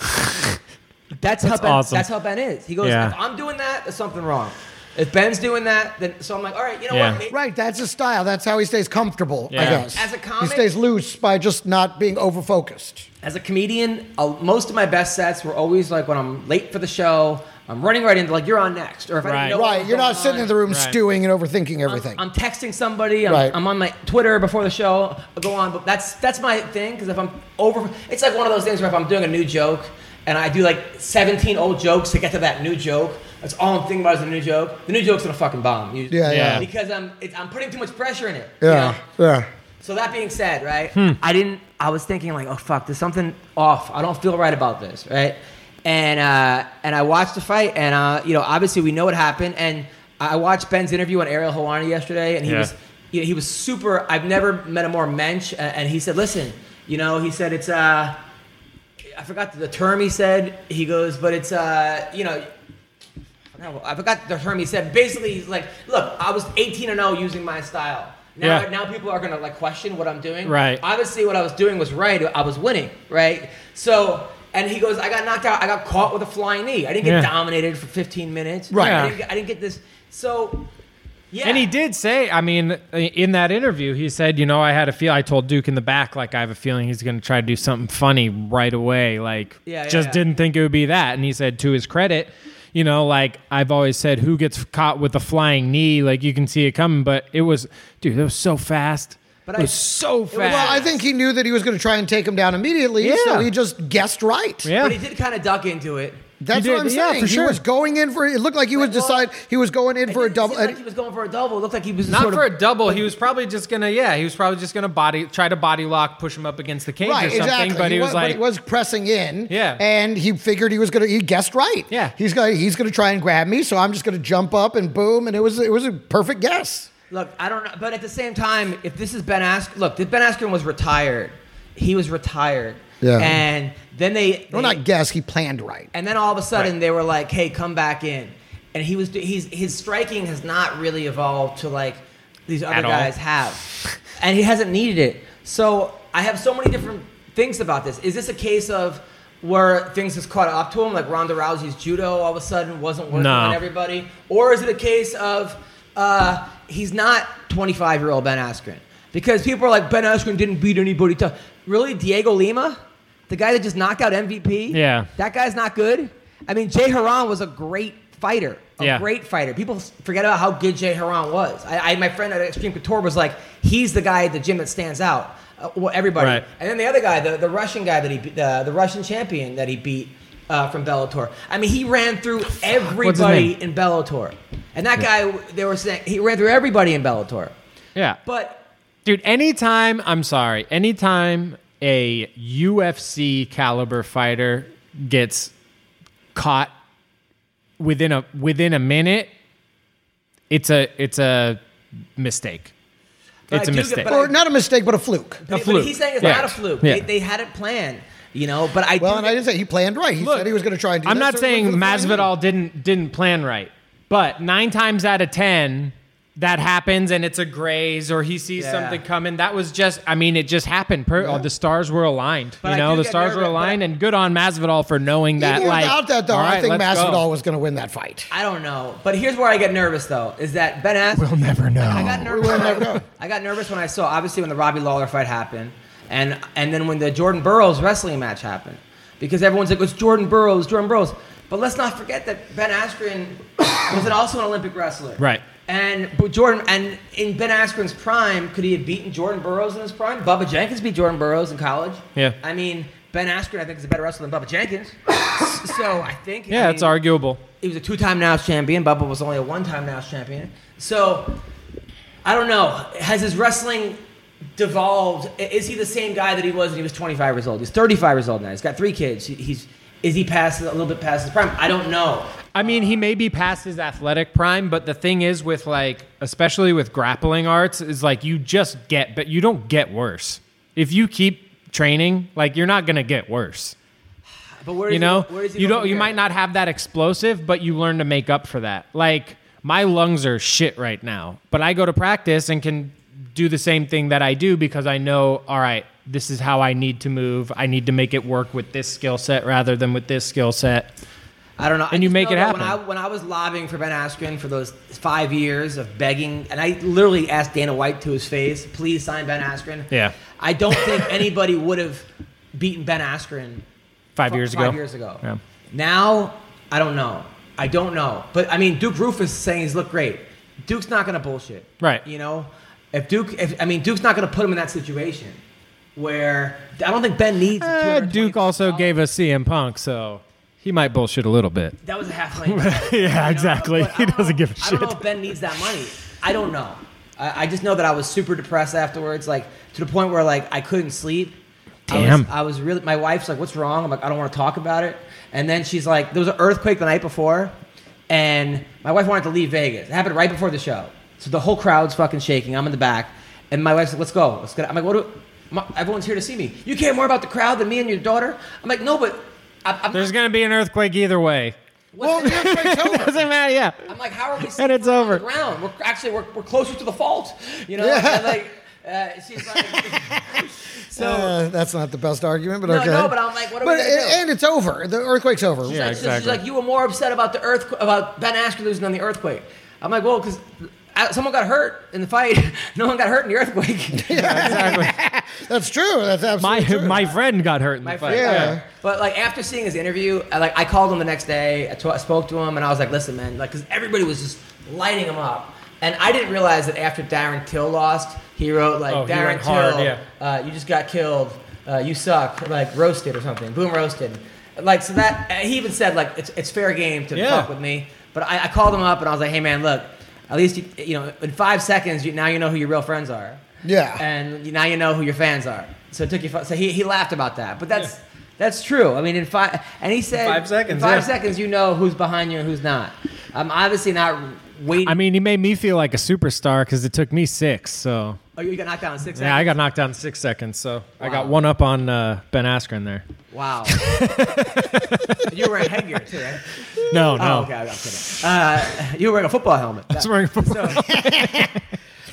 Speaker 2: that's, how
Speaker 4: That's
Speaker 2: Ben,
Speaker 4: awesome.
Speaker 2: that's how Ben is." He goes,
Speaker 4: Yeah.
Speaker 2: "If I'm doing that, there's something wrong." If Ben's doing that, then so I'm like, all right, you know
Speaker 4: Yeah.
Speaker 2: what? Maybe-
Speaker 3: Right, that's his style. That's how he stays comfortable, I
Speaker 4: Yeah.
Speaker 3: guess.
Speaker 2: As a
Speaker 3: he
Speaker 2: comic-
Speaker 3: stays loose by just not being over focused.
Speaker 2: as a comedian, uh, most of my best sets were always like when I'm late for the show, I'm running right into like you're on next, or if I
Speaker 4: Right.
Speaker 2: didn't know what
Speaker 3: Right,
Speaker 2: was
Speaker 3: you're not
Speaker 2: going
Speaker 3: sitting
Speaker 2: on,
Speaker 3: in the room
Speaker 4: Right.
Speaker 3: stewing and overthinking everything.
Speaker 2: I'm texting somebody. I'm,
Speaker 3: Right.
Speaker 2: I'm on my Twitter before the show. I go on, but that's that's my thing because if I'm over, it's like one of those things where if I'm doing a new joke and I do like 17 old jokes to get to that new joke, that's all I'm thinking about is the new joke. The new joke's gonna fucking bomb. usually.
Speaker 3: yeah, yeah.
Speaker 4: Yeah.
Speaker 2: Because I'm it's, I'm putting too much pressure in it. you
Speaker 3: Yeah,
Speaker 2: know?
Speaker 3: yeah.
Speaker 2: So that being said, right, I didn't. I was thinking like, oh fuck, there's something off. I don't feel right about this, right? And uh, and I watched the fight, and uh, you know, obviously we know what happened. And I watched Ben's interview on Ariel Hawani yesterday, and he
Speaker 4: Yeah.
Speaker 2: was, you know, he was super. I've never met a more mensch, a- and he said, listen, you know, he said it's uh, I forgot the term he said. He goes, but it's uh, you know, no, I forgot the term he said. Basically, he's like, look, I was 18 and 0 using my style. Now,
Speaker 4: Yeah.
Speaker 2: now people are gonna like question what I'm doing.
Speaker 4: Right.
Speaker 2: Obviously, what I was doing was right. I was winning. Right. So, and he goes, I got knocked out. I got caught with a flying knee. I didn't get
Speaker 4: Yeah.
Speaker 2: dominated for 15 minutes.
Speaker 4: Right.
Speaker 2: I didn't, get- I didn't get this. So Yeah.
Speaker 4: And he did say, I mean, in that interview, he said, you know, I had a feel. I told Duke in the back, like, I have a feeling he's going to try to do something funny right away. Like,
Speaker 2: Yeah, yeah,
Speaker 4: just
Speaker 2: yeah.
Speaker 4: didn't think it would be that. And he said, to his credit, you know, like I've always said, who gets caught with a flying knee? Like you can see it coming, but it was, dude, it was so fast. But it
Speaker 2: I-
Speaker 4: was so fast.
Speaker 3: Well, I think he knew that he was going to try and take him down immediately, so
Speaker 4: Yeah.
Speaker 3: he just guessed right.
Speaker 4: yeah.
Speaker 2: But he did kind of duck into it.
Speaker 3: That's
Speaker 4: He
Speaker 3: what
Speaker 4: did,
Speaker 3: I'm
Speaker 4: yeah,
Speaker 3: saying.
Speaker 4: for
Speaker 3: He
Speaker 4: sure.
Speaker 3: was going in for. It looked like he was
Speaker 2: Like, well,
Speaker 3: decide he was going in for a
Speaker 2: It didn't
Speaker 3: double.
Speaker 2: seem like he was going for a double. It looked like he was
Speaker 4: Not
Speaker 2: sort
Speaker 4: for
Speaker 2: of,
Speaker 4: a double. He was probably just gonna, yeah. He was probably just gonna body try to body lock, push him up against the cage or
Speaker 3: Right,
Speaker 4: something.
Speaker 3: exactly.
Speaker 4: But he, was
Speaker 3: wa-
Speaker 4: like,
Speaker 3: but he was pressing in.
Speaker 4: Yeah.
Speaker 3: and he figured he was gonna. He guessed right.
Speaker 4: Yeah.
Speaker 3: he's gonna he's gonna try and grab me, so I'm just gonna jump up and boom, and it was it was a perfect guess.
Speaker 2: Look, I don't know, but at the same time, if this is Ben Ask, look, Ben Askren was retired. He was retired.
Speaker 3: Yeah.
Speaker 2: And then they, they
Speaker 3: Well, not guess. He planned right.
Speaker 2: and then all of a sudden they were like, "Hey, come back in." And he was he's his striking has not really evolved to like these other
Speaker 4: At all.
Speaker 2: guys have. And he hasn't needed it. So, I have so many different things about this. Is this a case of where things just caught up to him, like Ronda Rousey's judo all of a sudden wasn't working
Speaker 4: No.
Speaker 2: on everybody, or is it a case of uh, he's not 25 year old Ben Askren? Because people are like Ben Askren didn't beat anybody tough. Really, Diego Lima, the guy that just knocked out MVP.
Speaker 4: Yeah.
Speaker 2: that guy's not good. I mean, Jay Haran was a great fighter, a
Speaker 4: Yeah.
Speaker 2: great fighter. People s- forget about how good Jay Haran was. I, I my friend at Extreme Couture was like, he's the guy at the gym that stands out. Uh, well, everybody.
Speaker 4: Right.
Speaker 2: And then the other guy, the, the Russian guy that he beat, the, the Russian champion that he beat uh, from Bellator. I mean, he ran through
Speaker 4: What's his
Speaker 2: everybody
Speaker 4: name?
Speaker 2: in Bellator. And that guy, they were saying, he ran through everybody in Bellator.
Speaker 4: yeah.
Speaker 2: But
Speaker 4: Dude, anytime, I'm sorry, anytime a UFC caliber fighter gets caught within a within a minute, it's a it's a mistake.
Speaker 2: But
Speaker 4: it's
Speaker 2: I do
Speaker 4: a
Speaker 2: get-
Speaker 4: mistake.
Speaker 2: but
Speaker 3: Or not a mistake, but a fluke.
Speaker 2: but
Speaker 4: fluke.
Speaker 2: he's saying it's
Speaker 4: Yeah.
Speaker 2: not a fluke.
Speaker 4: Yeah.
Speaker 2: They, they had it planned, you know. But I
Speaker 3: Well,
Speaker 2: do
Speaker 3: and I didn't say he planned right. He said he was going to try and do
Speaker 4: I'm
Speaker 3: that,
Speaker 4: not
Speaker 3: so he
Speaker 4: saying
Speaker 3: went for the flying
Speaker 4: Masvidal didn't didn't plan right, but nine times out of ten, that happens, and it's a graze or he sees
Speaker 2: Yeah.
Speaker 4: something coming. That was just, I mean, it just happened. Per, The stars were aligned,
Speaker 2: But
Speaker 4: you
Speaker 2: I
Speaker 4: know,
Speaker 2: do
Speaker 4: the
Speaker 2: get
Speaker 4: stars were
Speaker 2: nervous, but I-
Speaker 4: aligned, and good on Masvidal for knowing
Speaker 3: knee.
Speaker 4: that.
Speaker 3: Even
Speaker 4: like,
Speaker 3: without that, though,
Speaker 4: all
Speaker 3: I
Speaker 4: right,
Speaker 3: think
Speaker 4: let's go.
Speaker 3: Masvidal was going to win that fight.
Speaker 2: I don't know. But here's where I get nervous though, is that Ben Askren We'll never know. I got nervous.
Speaker 3: We'll never know.
Speaker 2: I got nervous when I saw obviously when the Robbie Lawler fight happened and and then when the Jordan Burroughs wrestling match happened. Because everyone's like, it's Jordan Burroughs, Jordan Burroughs. But let's not forget that Ben Askren was an- also an Olympic wrestler.
Speaker 4: Right.
Speaker 2: And but Jordan and in Ben Askren's prime, could he have beaten Jordan Burroughs in his prime? Bubba Jenkins beat Jordan Burroughs in college.
Speaker 4: Yeah.
Speaker 2: I mean, Ben Askren, I think, is a better wrestler than Bubba Jenkins. so I think. I
Speaker 4: Yeah, it's
Speaker 2: mean,
Speaker 4: arguable.
Speaker 2: he was a two-time Nash champion. Bubba was only a one-time Nash champion. So I don't know. Has his wrestling devolved? I- Is he the same guy that he was when he was 25 years old? He's 35 years old now. He's got three kids. He- He's is he past a little bit past his prime? I don't know.
Speaker 4: I mean, he may be past his athletic prime, but the thing is with like, especially with grappling arts, is like you just get, but you don't get worse. If you keep training, like you're not gonna get worse.
Speaker 2: But where does
Speaker 4: You know,
Speaker 2: he, where does he
Speaker 4: you
Speaker 2: go
Speaker 4: don't,
Speaker 2: from
Speaker 4: you
Speaker 2: here?
Speaker 4: might not have that explosive, but you learn to make up for that. Like my lungs are shit right now, but I go to practice and can do the same thing that I do because I know, all right, this is how I need to move. I need to make it work with this skill set rather than with this skill set.
Speaker 2: I don't know. I
Speaker 4: And you
Speaker 2: just
Speaker 4: make
Speaker 2: know
Speaker 4: it
Speaker 2: that When I,
Speaker 4: happen.
Speaker 2: when I was lobbying for Ben Askren for those five years of begging, and I literally asked Dana White to his face, please sign Ben Askren.
Speaker 4: Yeah.
Speaker 2: I don't think anybody would have beaten Ben Askren
Speaker 4: Five
Speaker 2: fi-
Speaker 4: years ago.
Speaker 2: Five years ago.
Speaker 4: Yeah.
Speaker 2: Now, I don't know. I don't know. But I mean, Duke Rufus is saying he's looked great. Duke's not going to bullshit.
Speaker 4: Right.
Speaker 2: You know, if Duke, if, I mean, Duke's not going to put him in that situation where I don't think Ben needs. a
Speaker 4: Uh, Duke also
Speaker 2: $225
Speaker 4: gave us CM Punk, so he might bullshit a little bit.
Speaker 2: That was a half lane.
Speaker 4: Yeah,
Speaker 2: But I don't know- I don't know if Ben needs that money. I don't know. I, I just know that I was super depressed afterwards, like to the point where like I couldn't sleep. I was-
Speaker 4: Damn.
Speaker 2: I was, really. My wife's like, "What's wrong?" I'm like, "I don't want to talk about it." And then she's like, "There was an earthquake the night before, and my wife wanted to leave Vegas. It happened right before the show, so the whole crowd's fucking shaking. I'm in the back, and my wife's like, "Let's go." Let's go. I'm like, "What?" Do, my, everyone's here to see me. You care more about the crowd than me and your daughter. I'm like, "No, but." I, I'm,
Speaker 4: There's gonna be an earthquake either way.
Speaker 2: what's the-
Speaker 4: Doesn't matter. Yeah.
Speaker 2: I'm like, how are we?
Speaker 4: And it's
Speaker 2: safer on
Speaker 4: over.
Speaker 2: The ground. We're actually we're, we're closer to the fault. You know. And like, uh, she's like, so.
Speaker 3: Uh, that's not the best argument, but
Speaker 2: No,
Speaker 3: okay.
Speaker 2: no, but I'm like, what are we
Speaker 3: But
Speaker 2: gonna
Speaker 3: it-
Speaker 2: do?
Speaker 3: And it's over. The earthquake's over.
Speaker 2: she's like, she's like, you were more upset about the earth about Ben Askren losing on the earthquake. I'm like, well, because I, someone got hurt in the fight. No one got hurt in the earthquake.
Speaker 4: exactly.
Speaker 3: That's true. That's
Speaker 4: My
Speaker 3: absolutely true.
Speaker 4: my friend got hurt in
Speaker 2: My
Speaker 4: the fight.
Speaker 2: friend.
Speaker 3: Yeah.
Speaker 2: Yeah. But like after seeing his interview, I, like I called him the next day. I, t- I spoke to him, and I was like, "Listen, man, like, because everybody was just lighting him up." And I didn't realize that after Darren Till lost, he wrote like
Speaker 4: Oh, he
Speaker 2: Darren
Speaker 4: went hard,
Speaker 2: Till,
Speaker 4: yeah.
Speaker 2: uh, you just got killed, uh, you suck, like roasted or something, boom roasted, like so that uh, he even said like it's, it's fair game to
Speaker 4: Yeah.
Speaker 2: fuck with me. But I, I called him up and I was like, "Hey, man, look, at least you, you know in five seconds you, now you know who your real friends are."
Speaker 3: Yeah.
Speaker 2: and you- now you know who your fans are. So it took you. fi- So he, he laughed about that, but that's that's true. I mean, in five and he said
Speaker 4: five seconds,
Speaker 2: in five
Speaker 4: yeah.
Speaker 2: seconds, you know who's behind you and who's not. I'm obviously not waiting.
Speaker 4: I mean, he made me feel like a superstar because it took me six. So
Speaker 2: oh, you got knocked down in six
Speaker 4: yeah, I
Speaker 2: seconds.
Speaker 4: got knocked down in six seconds. So I got
Speaker 2: Wow.
Speaker 4: one up on uh, Ben Askren there.
Speaker 2: wow. you were wearing headgear too, right?
Speaker 4: No, no.
Speaker 2: Oh, okay, I'm kidding. Uh, you were wearing a football helmet.
Speaker 4: I was wearing-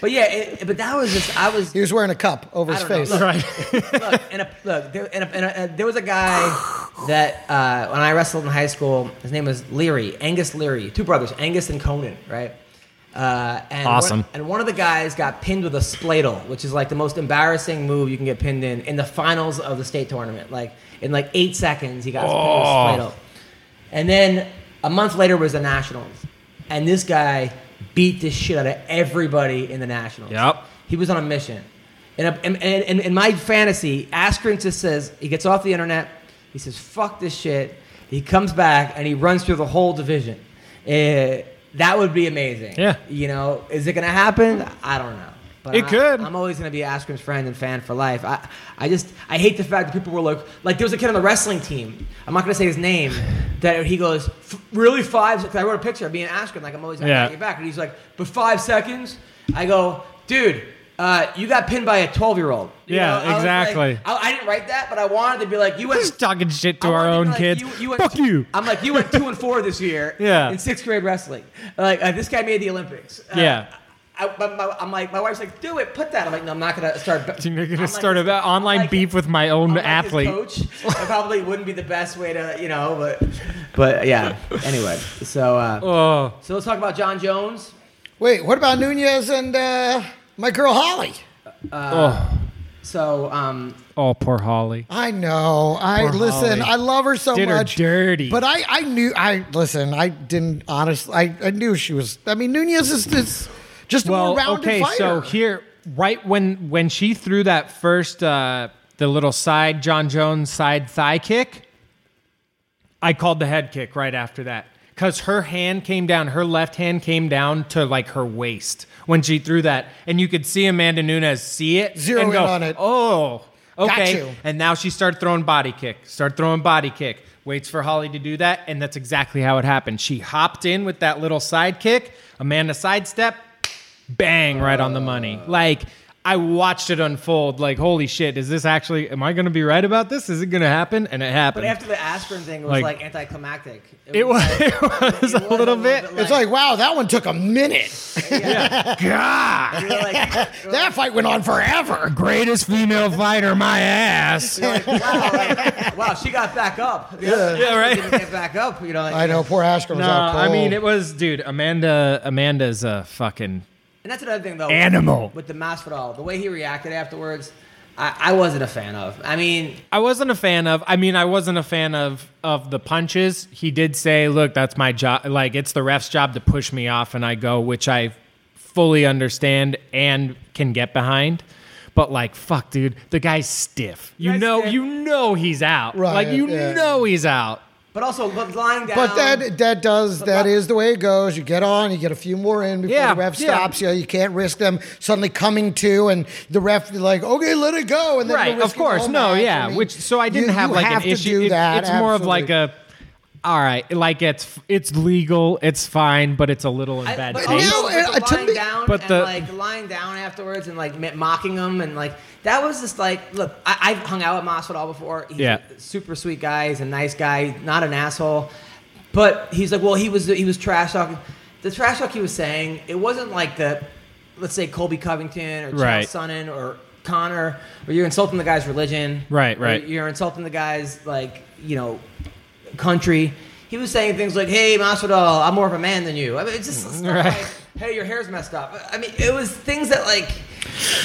Speaker 2: But yeah, it, but that was just I was.
Speaker 3: He was wearing a cup over
Speaker 2: I
Speaker 3: his
Speaker 2: don't know.
Speaker 3: face.
Speaker 2: Look,
Speaker 4: right.
Speaker 2: look, and a, look, there, and a, and a, uh, there was a guy that uh, when I wrestled in high school, his name was Leary, Angus Leary, two brothers, Angus and Conan, right? Uh, and
Speaker 4: Awesome.
Speaker 2: One, and one of the guys got pinned with a spladle, which is like the most embarrassing move you can get pinned in in the finals of the state tournament. Like in like eight seconds, he got pinned with a
Speaker 4: Oh.
Speaker 2: spladle. And then a month later was the nationals, and this guy beat the shit out of everybody in the nationals.
Speaker 4: Yep.
Speaker 2: He was on a mission. And in, in, in, in my fantasy, Askren just says, he gets off the internet, he says, fuck this shit. He comes back and he runs through the whole division. Eh, that would be amazing.
Speaker 4: Yeah.
Speaker 2: You know, is it going to happen? I don't know. But
Speaker 4: It
Speaker 2: I-
Speaker 4: could.
Speaker 2: I'm always going to be Askren's friend and fan for life. I, I just, I hate the fact that people were like, like there was a kid on the wrestling team. I'm not going to say his name. That he goes, "F- really five? Because I wrote a picture of me and Askren. Like I'm always like,
Speaker 4: Yeah.
Speaker 2: yeah. get back. And he's like, but five seconds? I go, dude, uh, you got pinned by a 12 year old.
Speaker 4: Yeah,
Speaker 2: I was like-
Speaker 4: exactly.
Speaker 2: I, I didn't write that, but I wanted to be like, you went.
Speaker 4: Just talking shit to
Speaker 2: I
Speaker 4: our
Speaker 2: wanted
Speaker 4: own
Speaker 2: be like,
Speaker 4: kids.
Speaker 2: went
Speaker 4: Fuck
Speaker 2: two-
Speaker 4: you.
Speaker 2: I'm like, you went two and four this year.
Speaker 4: Yeah.
Speaker 2: In sixth grade wrestling, like uh, this guy made the Olympics. Uh,
Speaker 4: Yeah.
Speaker 2: I, my, my, I'm like, my wife's like, do it, put that. I'm like, no, I'm not gonna start.
Speaker 4: You're gonna
Speaker 2: I'm like,
Speaker 4: start a
Speaker 2: I'm
Speaker 4: online
Speaker 2: like-
Speaker 4: beef with my own
Speaker 2: I'm like his
Speaker 4: athlete.
Speaker 2: coach. It probably wouldn't be the best way to, you know, but, but yeah. Anyway, so uh,
Speaker 4: Oh,
Speaker 2: so let's talk about John Jones.
Speaker 3: Wait, what about Nunez and uh, my girl Holly?
Speaker 2: Uh, So um,
Speaker 4: oh, poor Holly.
Speaker 3: I know. I
Speaker 4: Poor
Speaker 3: listen.
Speaker 4: Holly.
Speaker 3: I love her so
Speaker 4: Did her
Speaker 3: much.
Speaker 4: dirty.
Speaker 3: But I, I knew. I listen. I didn't honestly. I, I knew she was. I mean, Nunez is, is just a more
Speaker 4: Well,
Speaker 3: rounded
Speaker 4: okay,
Speaker 3: fighter.
Speaker 4: so here, right when when she threw that first, uh, the little side John Jones side thigh kick, I called the head kick right after that because her hand came down, her left hand came down to like her waist when she threw that, and you could see Amanda Nunes see it,
Speaker 3: Zero
Speaker 4: and
Speaker 3: in
Speaker 4: go,
Speaker 3: on it.
Speaker 4: Oh,
Speaker 3: Got
Speaker 4: okay.
Speaker 3: you.
Speaker 4: And now she started throwing body kick, started throwing body kick. Waits for Holly to do that, and that's exactly how it happened. She hopped in with that little side kick. Amanda sidestep, bang right on the money. Like I watched it unfold. Like holy shit, is this actually? Am I going to be right about this? Is it going to happen? And it happened.
Speaker 2: but after the aspirin thing, it was
Speaker 4: Like-
Speaker 2: like, anticlimactic.
Speaker 4: it was,
Speaker 2: like-
Speaker 4: it was a
Speaker 2: was
Speaker 4: little bit.
Speaker 3: it's like, wow, that one took a minute.
Speaker 4: God,
Speaker 2: you were like,
Speaker 3: That fight went on forever.
Speaker 4: greatest female fighter, my ass.
Speaker 2: you're like, wow, like, wow, she got back up. Yeah,
Speaker 4: Yeah, right.
Speaker 2: Didn't get back up. You know, like,
Speaker 3: I know. Poor Asker was
Speaker 4: No,
Speaker 3: out
Speaker 4: I
Speaker 3: cold.
Speaker 4: mean it was, dude. Amanda, Amanda's a fucking
Speaker 2: And that's another thing, though.
Speaker 4: animal.
Speaker 2: With the Masvidal, the way he reacted afterwards, I, I wasn't a fan of. I mean,
Speaker 4: I wasn't a fan of. I mean, I wasn't a fan of of the punches. He did say, "Look, that's my job. Like it's the ref's job to push me off, and I go," which I fully understand and can get behind. But like, fuck, dude, the guy's stiff. You
Speaker 2: Guy's
Speaker 4: know,
Speaker 2: stiff.
Speaker 4: you know he's out.
Speaker 3: Right,
Speaker 4: like you
Speaker 3: yeah.
Speaker 4: know he's out.
Speaker 2: but also but lying down.
Speaker 3: But that that does that
Speaker 2: that-
Speaker 3: is the way it goes. You get on, you get a few more in before
Speaker 4: Yeah,
Speaker 3: the ref
Speaker 4: yeah.
Speaker 3: stops you. You can't risk them suddenly coming to and the ref be like, okay, let it go. And then
Speaker 4: right,
Speaker 3: you're
Speaker 4: of
Speaker 3: risking the
Speaker 4: course.
Speaker 3: whole
Speaker 4: No,
Speaker 3: match.
Speaker 4: yeah.
Speaker 3: I mean,
Speaker 4: Which so I didn't
Speaker 3: you-
Speaker 4: have
Speaker 3: you
Speaker 4: like
Speaker 3: have
Speaker 4: an
Speaker 3: to
Speaker 4: issue.
Speaker 3: do
Speaker 4: It-
Speaker 3: that,
Speaker 4: it's more of like
Speaker 3: absolutely.
Speaker 4: a. All right, like it's it's legal, it's fine, but it's a little in
Speaker 2: I-
Speaker 4: bad
Speaker 2: but
Speaker 4: taste.
Speaker 3: now-
Speaker 2: also with
Speaker 3: uh,
Speaker 2: the
Speaker 3: to
Speaker 2: lying
Speaker 3: me-
Speaker 2: down
Speaker 4: But
Speaker 2: and
Speaker 4: the-
Speaker 2: like lying down afterwards and like m- mocking him and like that was just like look I, I've hung out with Masvidal before he's
Speaker 4: Yeah.
Speaker 2: a super sweet guy he's a nice guy not an asshole but he's like well he was he was trash talking the trash talk he was saying it wasn't like the let's say Colby Covington or Chael
Speaker 4: Right.
Speaker 2: Sonnen or Connor where you're insulting the guy's religion
Speaker 4: Right,
Speaker 2: or
Speaker 4: right.
Speaker 2: you're insulting the guy's like you know country. He was saying things like, "Hey, Masvidal, I'm more of a man than you." I mean, it's just stuff like, hey, your hair's messed up. I mean, it was things that like.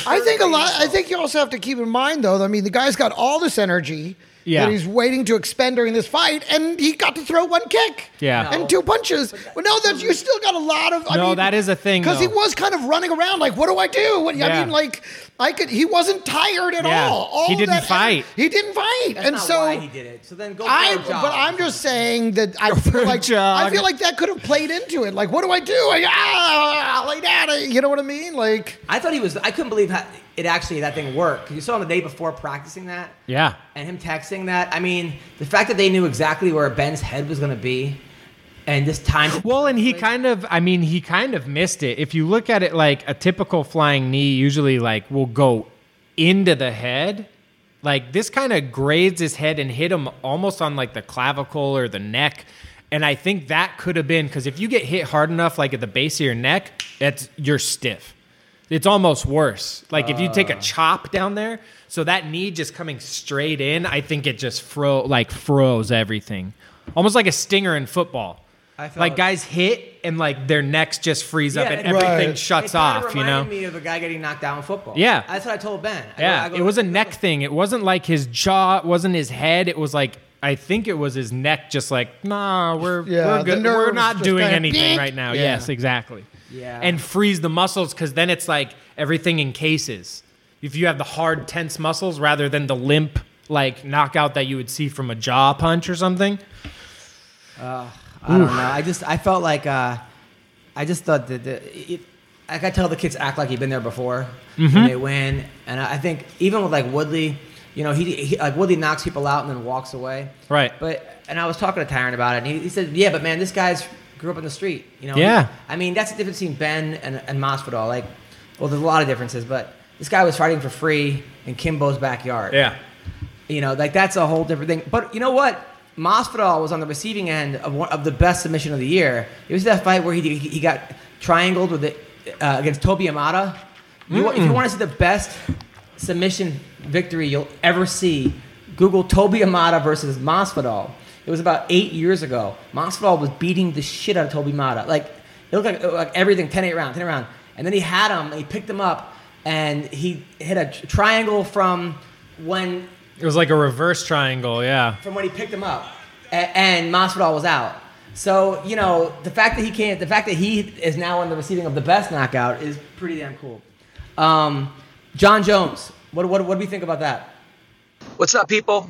Speaker 3: I think a lot. I think you also have to keep in mind, though. I mean, the guy's got all this energy
Speaker 4: Yeah.
Speaker 3: that he's waiting to expend during this fight, and he got to throw one kick,
Speaker 4: Yeah.
Speaker 3: and two punches. Well, no, that you still got a lot of. I
Speaker 4: No,
Speaker 3: mean,
Speaker 4: that is a thing,
Speaker 3: because he
Speaker 4: though.
Speaker 3: was kind of running around like, "What do I do?" What, I
Speaker 4: Yeah.
Speaker 3: mean, like, I could. He wasn't tired at
Speaker 4: Yeah.
Speaker 3: all. all
Speaker 4: He
Speaker 3: of
Speaker 4: didn't
Speaker 3: that
Speaker 4: fight.
Speaker 3: he didn't fight,
Speaker 2: That's
Speaker 3: and
Speaker 2: not
Speaker 3: so.
Speaker 2: why he did it. So then go. for
Speaker 3: I,
Speaker 2: a jog.
Speaker 3: but I'm just saying that I
Speaker 4: for
Speaker 3: feel
Speaker 4: a
Speaker 3: like I
Speaker 4: jog.
Speaker 3: feel like that could have played into it. Like, what do I do? I, ah, I lay down. You know what I mean? Like,
Speaker 2: I thought he was. I couldn't believe how it actually that thing worked. You saw him the day before practicing that.
Speaker 4: Yeah.
Speaker 2: And him texting that. I mean, the fact that they knew exactly where Ben's head was going to be, and this time.
Speaker 4: Well, and he kind of, I mean, he kind of missed it. If you look at it like a typical flying knee, usually like will go into the head. Like this kind of grazed his head and hit him almost on like the clavicle or the neck. And I think that could have been because if you get hit hard enough, like at the base of your neck, that's you're stiff. It's almost worse. Like if you take
Speaker 2: Ah.
Speaker 4: a chop down there, so that knee just coming straight in, I think it just fro like froze everything, almost like a stinger in football.
Speaker 2: I felt-
Speaker 4: like guys hit and like their necks just freeze up
Speaker 2: Yeah,
Speaker 4: and
Speaker 2: it-
Speaker 4: everything
Speaker 3: Right.
Speaker 2: it
Speaker 4: shuts
Speaker 2: kinda
Speaker 4: off. You know.
Speaker 2: reminded me of a guy getting knocked out in football.
Speaker 4: Yeah.
Speaker 2: that's what I told Ben. I go-
Speaker 4: Yeah,
Speaker 2: I go,
Speaker 4: it was a
Speaker 2: "Look,
Speaker 4: neck thing. It wasn't like his jaw, it wasn't his head. It was like I think it was his neck, just like nah, we're
Speaker 3: Yeah,
Speaker 4: we're
Speaker 3: the
Speaker 4: good.
Speaker 3: nerves
Speaker 4: We're not
Speaker 3: just
Speaker 4: doing
Speaker 3: kinda
Speaker 4: anything
Speaker 3: bink.
Speaker 4: right now.
Speaker 3: Yeah.
Speaker 4: Yes, exactly.
Speaker 2: Yeah.
Speaker 4: and freeze the muscles because then it's like everything in cases. If you have the hard, tense muscles rather than the limp like knockout that you would see from a jaw punch or something.
Speaker 2: I don't know. I just I felt like uh, I just thought that the, it, I could tell the kids act like he'd been there before
Speaker 4: Mm-hmm.
Speaker 2: when they win, and I I think even with like Woodley, you know, he, he like Woodley knocks people out and then walks away.
Speaker 4: Right.
Speaker 2: But and I was talking to Tyron about it, and he, he said, "Yeah, but man, this guy's grew up in the street, you know."
Speaker 4: Yeah.
Speaker 2: I mean, that's the difference between Ben and, and Masvidal. Like, well, there's a lot of differences, but this guy was fighting for free in Kimbo's backyard. You know, like that's a whole different thing. But you know what? Masvidal was on the receiving end of one of the best submission of the year. It was that fight where he he got triangled with it uh, against Toby Amata. You, wa- if you want to see the best submission victory you'll ever see, Google Toby Amata versus Masvidal. It was about eight years ago. Masvidal was beating the shit out of Toby Amata. Like it looked like, like everything 10-8 round, 10 round. And then he had him. And he picked him up, and he hit a tr- triangle from when
Speaker 4: it was like a reverse triangle. Yeah,
Speaker 2: from when he picked him up, a- and Masvidal was out. So you know the fact that he can't, the fact that he is now on the receiving of the best knockout is pretty damn cool. Um, John Jones, what, what what do we think about that?
Speaker 5: What's up, people?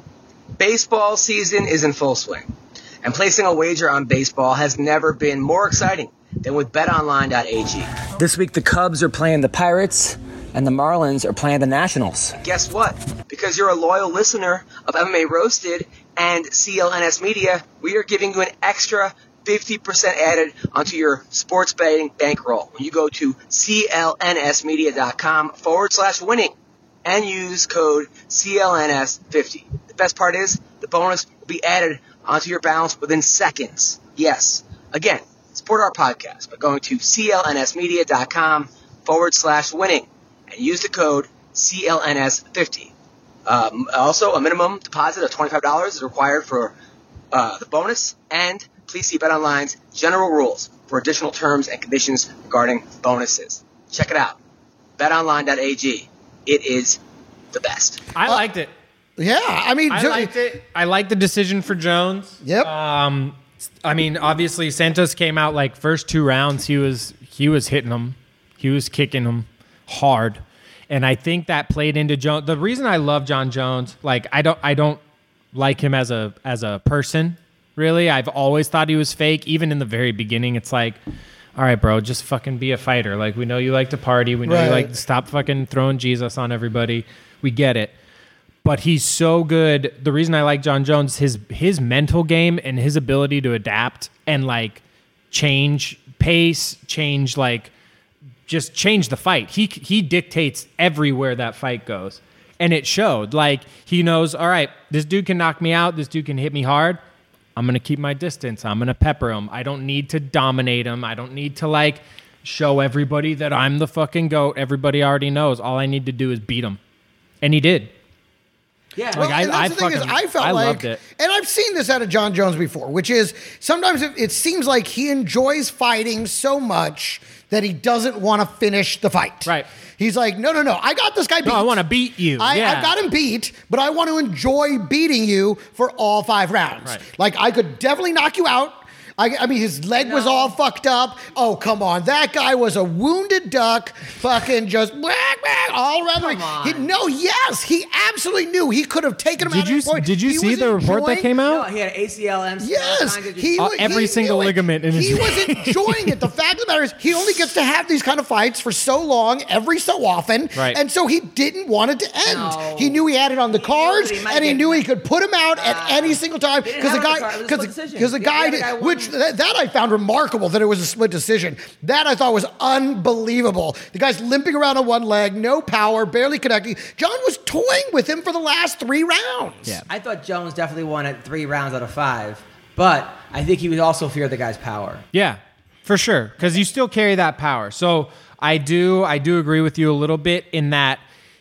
Speaker 5: Baseball season is in full swing, and placing a wager on baseball has never been more exciting than with betonline.ag.
Speaker 2: This week the Cubs are playing the Pirates, and the Marlins are playing the Nationals.
Speaker 5: Guess what? Because you're a loyal listener of MMA Roasted and CLNS Media, we are giving you an extra 50% added onto your sports betting bankroll when you go to clnsmedia.com forward slash winning and use code CLNS50. The best part is the bonus will be added onto your balance within seconds. Yes. Again, support our podcast by going to clnsmedia.com forward slash winning and use the code CLNS50. Um, also, a minimum deposit of $25 is required for uh, the bonus, and please see BetOnline's general rules for additional terms and conditions regarding bonuses. Check it out. BetOnline.ag. It is the best.
Speaker 2: Uh,
Speaker 4: I liked it.
Speaker 3: yeah. I mean,
Speaker 4: I
Speaker 3: ju-
Speaker 4: liked it. I liked the decision for Jones.
Speaker 3: Yep.
Speaker 4: Um, I mean, obviously Santos came out like first two rounds. He was he was hitting them. He was kicking them hard, and I think that played into Jones. The reason I love John Jones, like I don't I don't like him as a as a person. Really, I've always thought he was fake. Even in the very beginning, it's like. All right, bro, just fucking be a fighter. Like, we know you like to party. We know you
Speaker 3: Right.
Speaker 4: like to stop fucking throwing Jesus on everybody. We get it but he's so good. The reason I like John Jones, his his mental game and his ability to adapt and like change pace, change like just change the fight. He he dictates everywhere that fight goes. And it showed. Like he knows, all right, this dude can knock me out, this dude can hit me hard. I'm going to keep my distance. I'm going to pepper him. I don't need to dominate him. I don't need to like show everybody that I'm the fucking goat. Everybody already knows. All I need to do is beat him. And he did.
Speaker 2: Yeah,
Speaker 4: Like, I-
Speaker 3: and that's
Speaker 4: I
Speaker 3: the thing is,
Speaker 4: fucking-
Speaker 3: I felt
Speaker 4: I
Speaker 3: like,
Speaker 4: loved it.
Speaker 3: and I've seen this out of John Jones before, which is sometimes it, it seems like he enjoys fighting so much that he doesn't want to finish the fight.
Speaker 4: Right.
Speaker 3: He's like, no, no, no. I got this guy beat.
Speaker 4: I wanna beat you.
Speaker 3: I,
Speaker 4: Yeah.
Speaker 3: I got him beat, but I want to enjoy beating you for all five rounds.
Speaker 4: Right.
Speaker 3: Like, I could definitely knock you out. I, I mean, his leg was all fucked up. Oh, come on. That guy was a wounded duck, fucking just whack, whack, all around the ring.
Speaker 2: Come
Speaker 3: He-
Speaker 2: on.
Speaker 3: no, yes. He absolutely knew he could have taken him
Speaker 4: Did
Speaker 3: out
Speaker 4: you
Speaker 3: at that point.
Speaker 4: did you
Speaker 3: He
Speaker 4: see
Speaker 3: was
Speaker 4: the report that
Speaker 3: enjoying-
Speaker 4: came
Speaker 2: No,
Speaker 4: out?
Speaker 2: he had ACL, MCL.
Speaker 3: Yes,
Speaker 2: tendon-
Speaker 3: he
Speaker 4: Uh,
Speaker 3: wa-
Speaker 4: every
Speaker 3: he
Speaker 4: single
Speaker 3: knew it.
Speaker 4: ligament in his-
Speaker 3: He was enjoying it. The fact of the matter is, he only gets to have these kind of fights for so long, every so often,
Speaker 4: Right.
Speaker 3: and so he didn't want it to end.
Speaker 2: No.
Speaker 3: He knew he had it on the
Speaker 2: He knew
Speaker 3: cards,
Speaker 2: that he might
Speaker 3: and he
Speaker 2: get-
Speaker 3: knew he could put him out at any single time
Speaker 2: They didn't
Speaker 3: because the
Speaker 2: have it on the
Speaker 3: guy,
Speaker 2: card. It was a split decision.
Speaker 3: because the
Speaker 2: The other guy
Speaker 3: guy, did,
Speaker 2: won.
Speaker 3: which that, that I found remarkable that it was a split decision. That I thought was unbelievable. The guy's limping around on one leg, no power, barely connecting. John was toying with him for the last three rounds.
Speaker 4: Yeah.
Speaker 2: I thought Jones definitely won at three rounds out of five, but I think he would also fear the guy's power.
Speaker 4: Yeah, for sure. Because you still carry that power. So I do, I do agree with you a little bit in that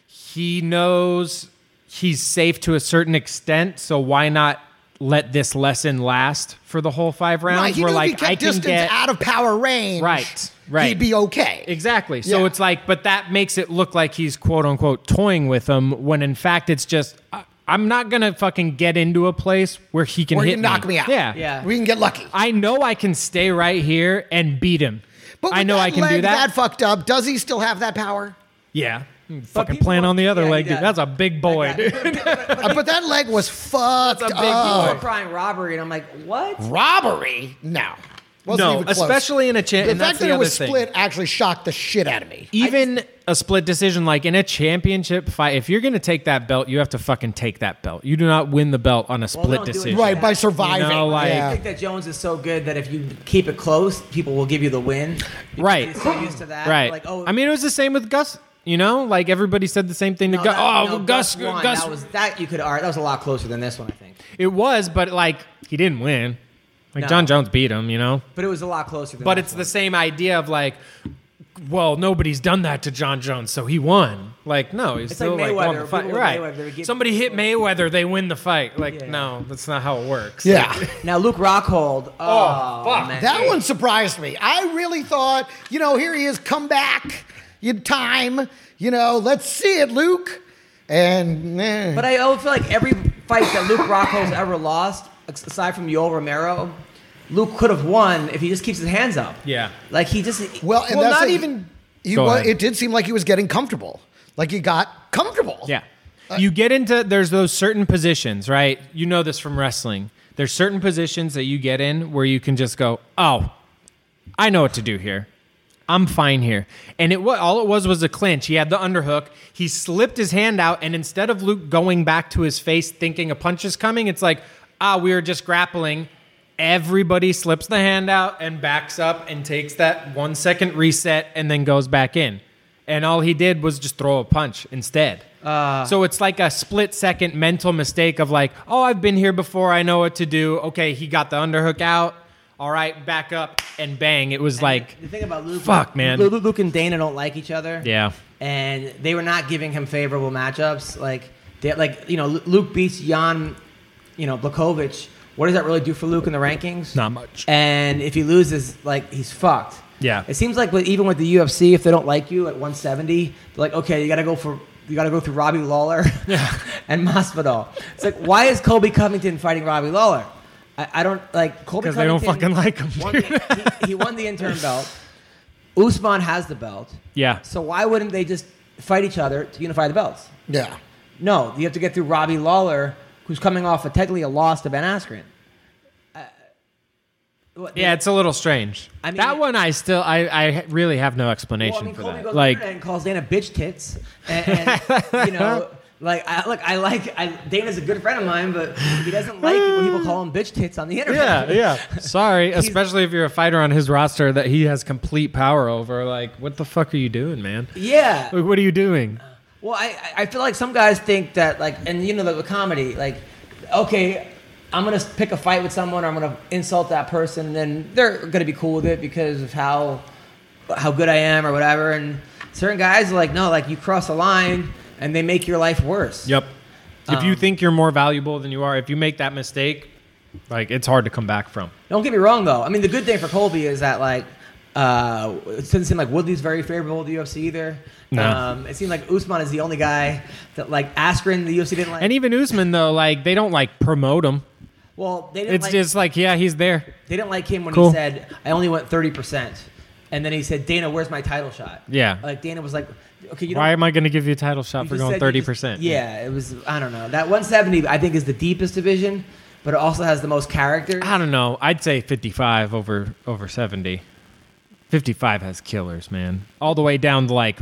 Speaker 4: he knows he's safe to a certain extent. So why not let this lesson last for the whole five rounds?
Speaker 3: Right, he
Speaker 4: Where
Speaker 3: knew if
Speaker 4: like
Speaker 3: he kept
Speaker 4: I can
Speaker 3: distance
Speaker 4: get
Speaker 3: out of power range.
Speaker 4: Right, right.
Speaker 3: He'd be okay.
Speaker 4: exactly. So
Speaker 3: Yeah.
Speaker 4: it's like, but that makes it look like he's quote unquote toying with him when in fact it's just. I, I'm not gonna fucking get into a place where he can
Speaker 3: Or he
Speaker 4: hit
Speaker 3: can knock me out.
Speaker 4: Yeah,
Speaker 2: Yeah.
Speaker 3: We can get lucky.
Speaker 4: I know I can stay right here and beat him.
Speaker 3: But with
Speaker 4: I know
Speaker 3: that
Speaker 4: I can
Speaker 3: leg,
Speaker 4: do that.
Speaker 3: That fucked up. Does he still have that power?
Speaker 4: Yeah. Fucking
Speaker 2: Hmm, people-
Speaker 4: playing on the other
Speaker 2: yeah,
Speaker 4: leg,
Speaker 2: he
Speaker 4: dude.
Speaker 2: does.
Speaker 4: That's a big boy, dude.
Speaker 3: Uh, but that leg was fucked
Speaker 4: a big
Speaker 2: People were
Speaker 3: up.
Speaker 2: crying robbery, and I'm like, what?
Speaker 3: Robbery? No. Wasn't
Speaker 4: No,
Speaker 3: even close.
Speaker 4: especially in a cha-
Speaker 3: The
Speaker 4: and
Speaker 3: fact
Speaker 4: that's
Speaker 3: that
Speaker 4: the
Speaker 3: it was
Speaker 4: other thing.
Speaker 3: split actually shocked the shit out of me.
Speaker 4: Even a split decision, like in a championship fight, if you're going to take that belt, you have to fucking take that belt. You do not win the belt on a split
Speaker 2: don't do it.
Speaker 4: decision.
Speaker 3: Right, by
Speaker 2: You know,
Speaker 3: surviving.
Speaker 4: like-
Speaker 2: I
Speaker 3: yeah.
Speaker 2: think that Jones is so good that if you keep it close, people will give you the win. because
Speaker 4: Right.
Speaker 2: they're so used to that.
Speaker 4: Right.
Speaker 2: Like, oh,
Speaker 4: I mean, it was the same with Gus. You know, like everybody said the same thing to
Speaker 2: no,
Speaker 4: Gus.
Speaker 2: that-
Speaker 4: oh,
Speaker 2: no,
Speaker 4: Gus,
Speaker 2: won.
Speaker 4: Gus.
Speaker 2: That was that you could art. That was a lot closer than this one, I think.
Speaker 4: it was, but like he didn't win. Like
Speaker 2: No.
Speaker 4: John Jones beat him, you know?
Speaker 2: But it was a lot closer. than
Speaker 4: But
Speaker 2: this
Speaker 4: it's
Speaker 2: one.
Speaker 4: the same idea of like, well, nobody's done that to John Jones, so he won. Like, no, he's
Speaker 2: It's
Speaker 4: still
Speaker 2: like
Speaker 4: like, won
Speaker 2: Mayweather.
Speaker 4: the fight.
Speaker 2: People with Mayweather, they
Speaker 4: Right.
Speaker 2: give-
Speaker 4: Somebody hit Mayweather, they win the fight. Like,
Speaker 2: Yeah.
Speaker 4: no, that's not how it works.
Speaker 3: Yeah.
Speaker 2: Now Luke Rockhold. Oh,
Speaker 4: fuck.
Speaker 2: man.
Speaker 3: That one surprised me. I really thought, you know, here he is, come back in time. You know, let's see it, Luke. And eh.
Speaker 2: But I also feel like every fight that Luke Rockhold's ever lost, ex- aside from Yoel Romero, Luke could have won if he just keeps his hands up.
Speaker 4: Yeah.
Speaker 2: Like he just.
Speaker 3: well, and
Speaker 4: Well,
Speaker 3: that's
Speaker 4: not
Speaker 3: it.
Speaker 4: even-
Speaker 3: He
Speaker 4: Go
Speaker 3: wa-
Speaker 4: ahead.
Speaker 3: it did seem like he was getting comfortable. Like he got comfortable.
Speaker 4: Yeah. You get into there's those certain positions, right? You know this from wrestling. There's certain positions that you get in where you can just go, "Oh, I know what to do here. I'm fine here." And it wa- all it was was a clinch. He had the underhook. He slipped his hand out and instead of Luke going back to his face thinking a punch is coming, it's like, "Ah, we were just grappling." Everybody slips the hand out and backs up and takes that 1 second reset and then goes back in. And all he did was just throw a punch instead.
Speaker 2: Uh.
Speaker 4: So it's like a split second mental mistake of like, oh, I've been here before. I know what to do. Okay, he got the underhook out. All right, back up and bang. It was like,
Speaker 2: the thing about Luke.
Speaker 4: fuck, man.
Speaker 2: Lu- Lu- Luke and Dana don't like each other.
Speaker 4: Yeah.
Speaker 2: And they were not giving him favorable matchups. Like, they, like you know, Lu- Luke beats Jan, you know, Blakovic. What does that really do for Luke in the rankings?
Speaker 4: Not much.
Speaker 2: And if he loses, like he's fucked.
Speaker 4: Yeah.
Speaker 2: It seems like with, even with the UFC, if they don't like you at 170, they're like, okay, you got to go for you got to go through Robbie Lawler and Masvidal. It's like, why is Kobe Covington fighting Robbie Lawler? I, I don't like Kobe
Speaker 4: 'Cause they don't
Speaker 2: Covington
Speaker 4: fucking like him,
Speaker 2: won
Speaker 4: dude.
Speaker 2: the- he, he won the interim belt. Usman has the belt.
Speaker 4: Yeah.
Speaker 2: So why wouldn't they just fight each other to unify the belts?
Speaker 3: Yeah.
Speaker 2: No, you have to get through Robbie Lawler, who's coming off a technically a loss to Ben Askren. Uh, what-
Speaker 4: yeah, it's a little strange.
Speaker 2: I mean-
Speaker 4: that one, I still, I, I really have no
Speaker 2: Well, I
Speaker 4: explanation
Speaker 2: mean,
Speaker 4: for
Speaker 2: Kobe
Speaker 4: that.
Speaker 2: goes
Speaker 4: Like,
Speaker 2: like, and calls Dana bitch tits, and, and, you know, like I look, I like I, Dana's a good friend of mine, but he doesn't like it when people call him bitch tits on the internet.
Speaker 4: yeah, yeah. Sorry, especially if you're a fighter on his roster that he has complete power over. Like, what the fuck are you doing, man?
Speaker 2: yeah.
Speaker 4: Like, what are you doing?
Speaker 2: Well, I, I- I feel like some guys think that like, and you know, the, the comedy, like, okay, I'm gonna pick a fight with someone, or I'm gonna insult that person, and then they're gonna be cool with it because of how how good I am or whatever. And certain guys are like, no, like you cross a line, and they make your life worse.
Speaker 4: Yep. If
Speaker 6: Um,
Speaker 4: you think you're more valuable than you are, if you make that mistake, like, it's hard to come back from.
Speaker 2: Don't get me wrong though. I mean, the good thing for Colby is that like
Speaker 6: Uh, it doesn't seem like Woodley's very favorable to the UFC either.
Speaker 4: No.
Speaker 6: Um, it seemed like Usman is the only guy that like Askren the UFC didn't like.
Speaker 4: And even Usman though, like they don't like promote him.
Speaker 6: well, they didn't
Speaker 4: It's
Speaker 6: like,
Speaker 4: just like yeah, he's there.
Speaker 6: they didn't like him when
Speaker 4: Cool.
Speaker 6: he said I only went thirty percent, and then he said Dana, where's my title shot?
Speaker 4: Yeah.
Speaker 6: Like Dana was like, okay, you know
Speaker 4: Why am I going to give you a title shot
Speaker 6: You
Speaker 4: for
Speaker 6: just
Speaker 4: going
Speaker 6: said you
Speaker 4: thirty
Speaker 6: just-
Speaker 4: percent?
Speaker 6: Yeah, it was. I don't know. That 170, I think, is the deepest division, but it also has the most character.
Speaker 4: I don't know. I'd say 55 over over 70. 55 has killers, man. All the way down to like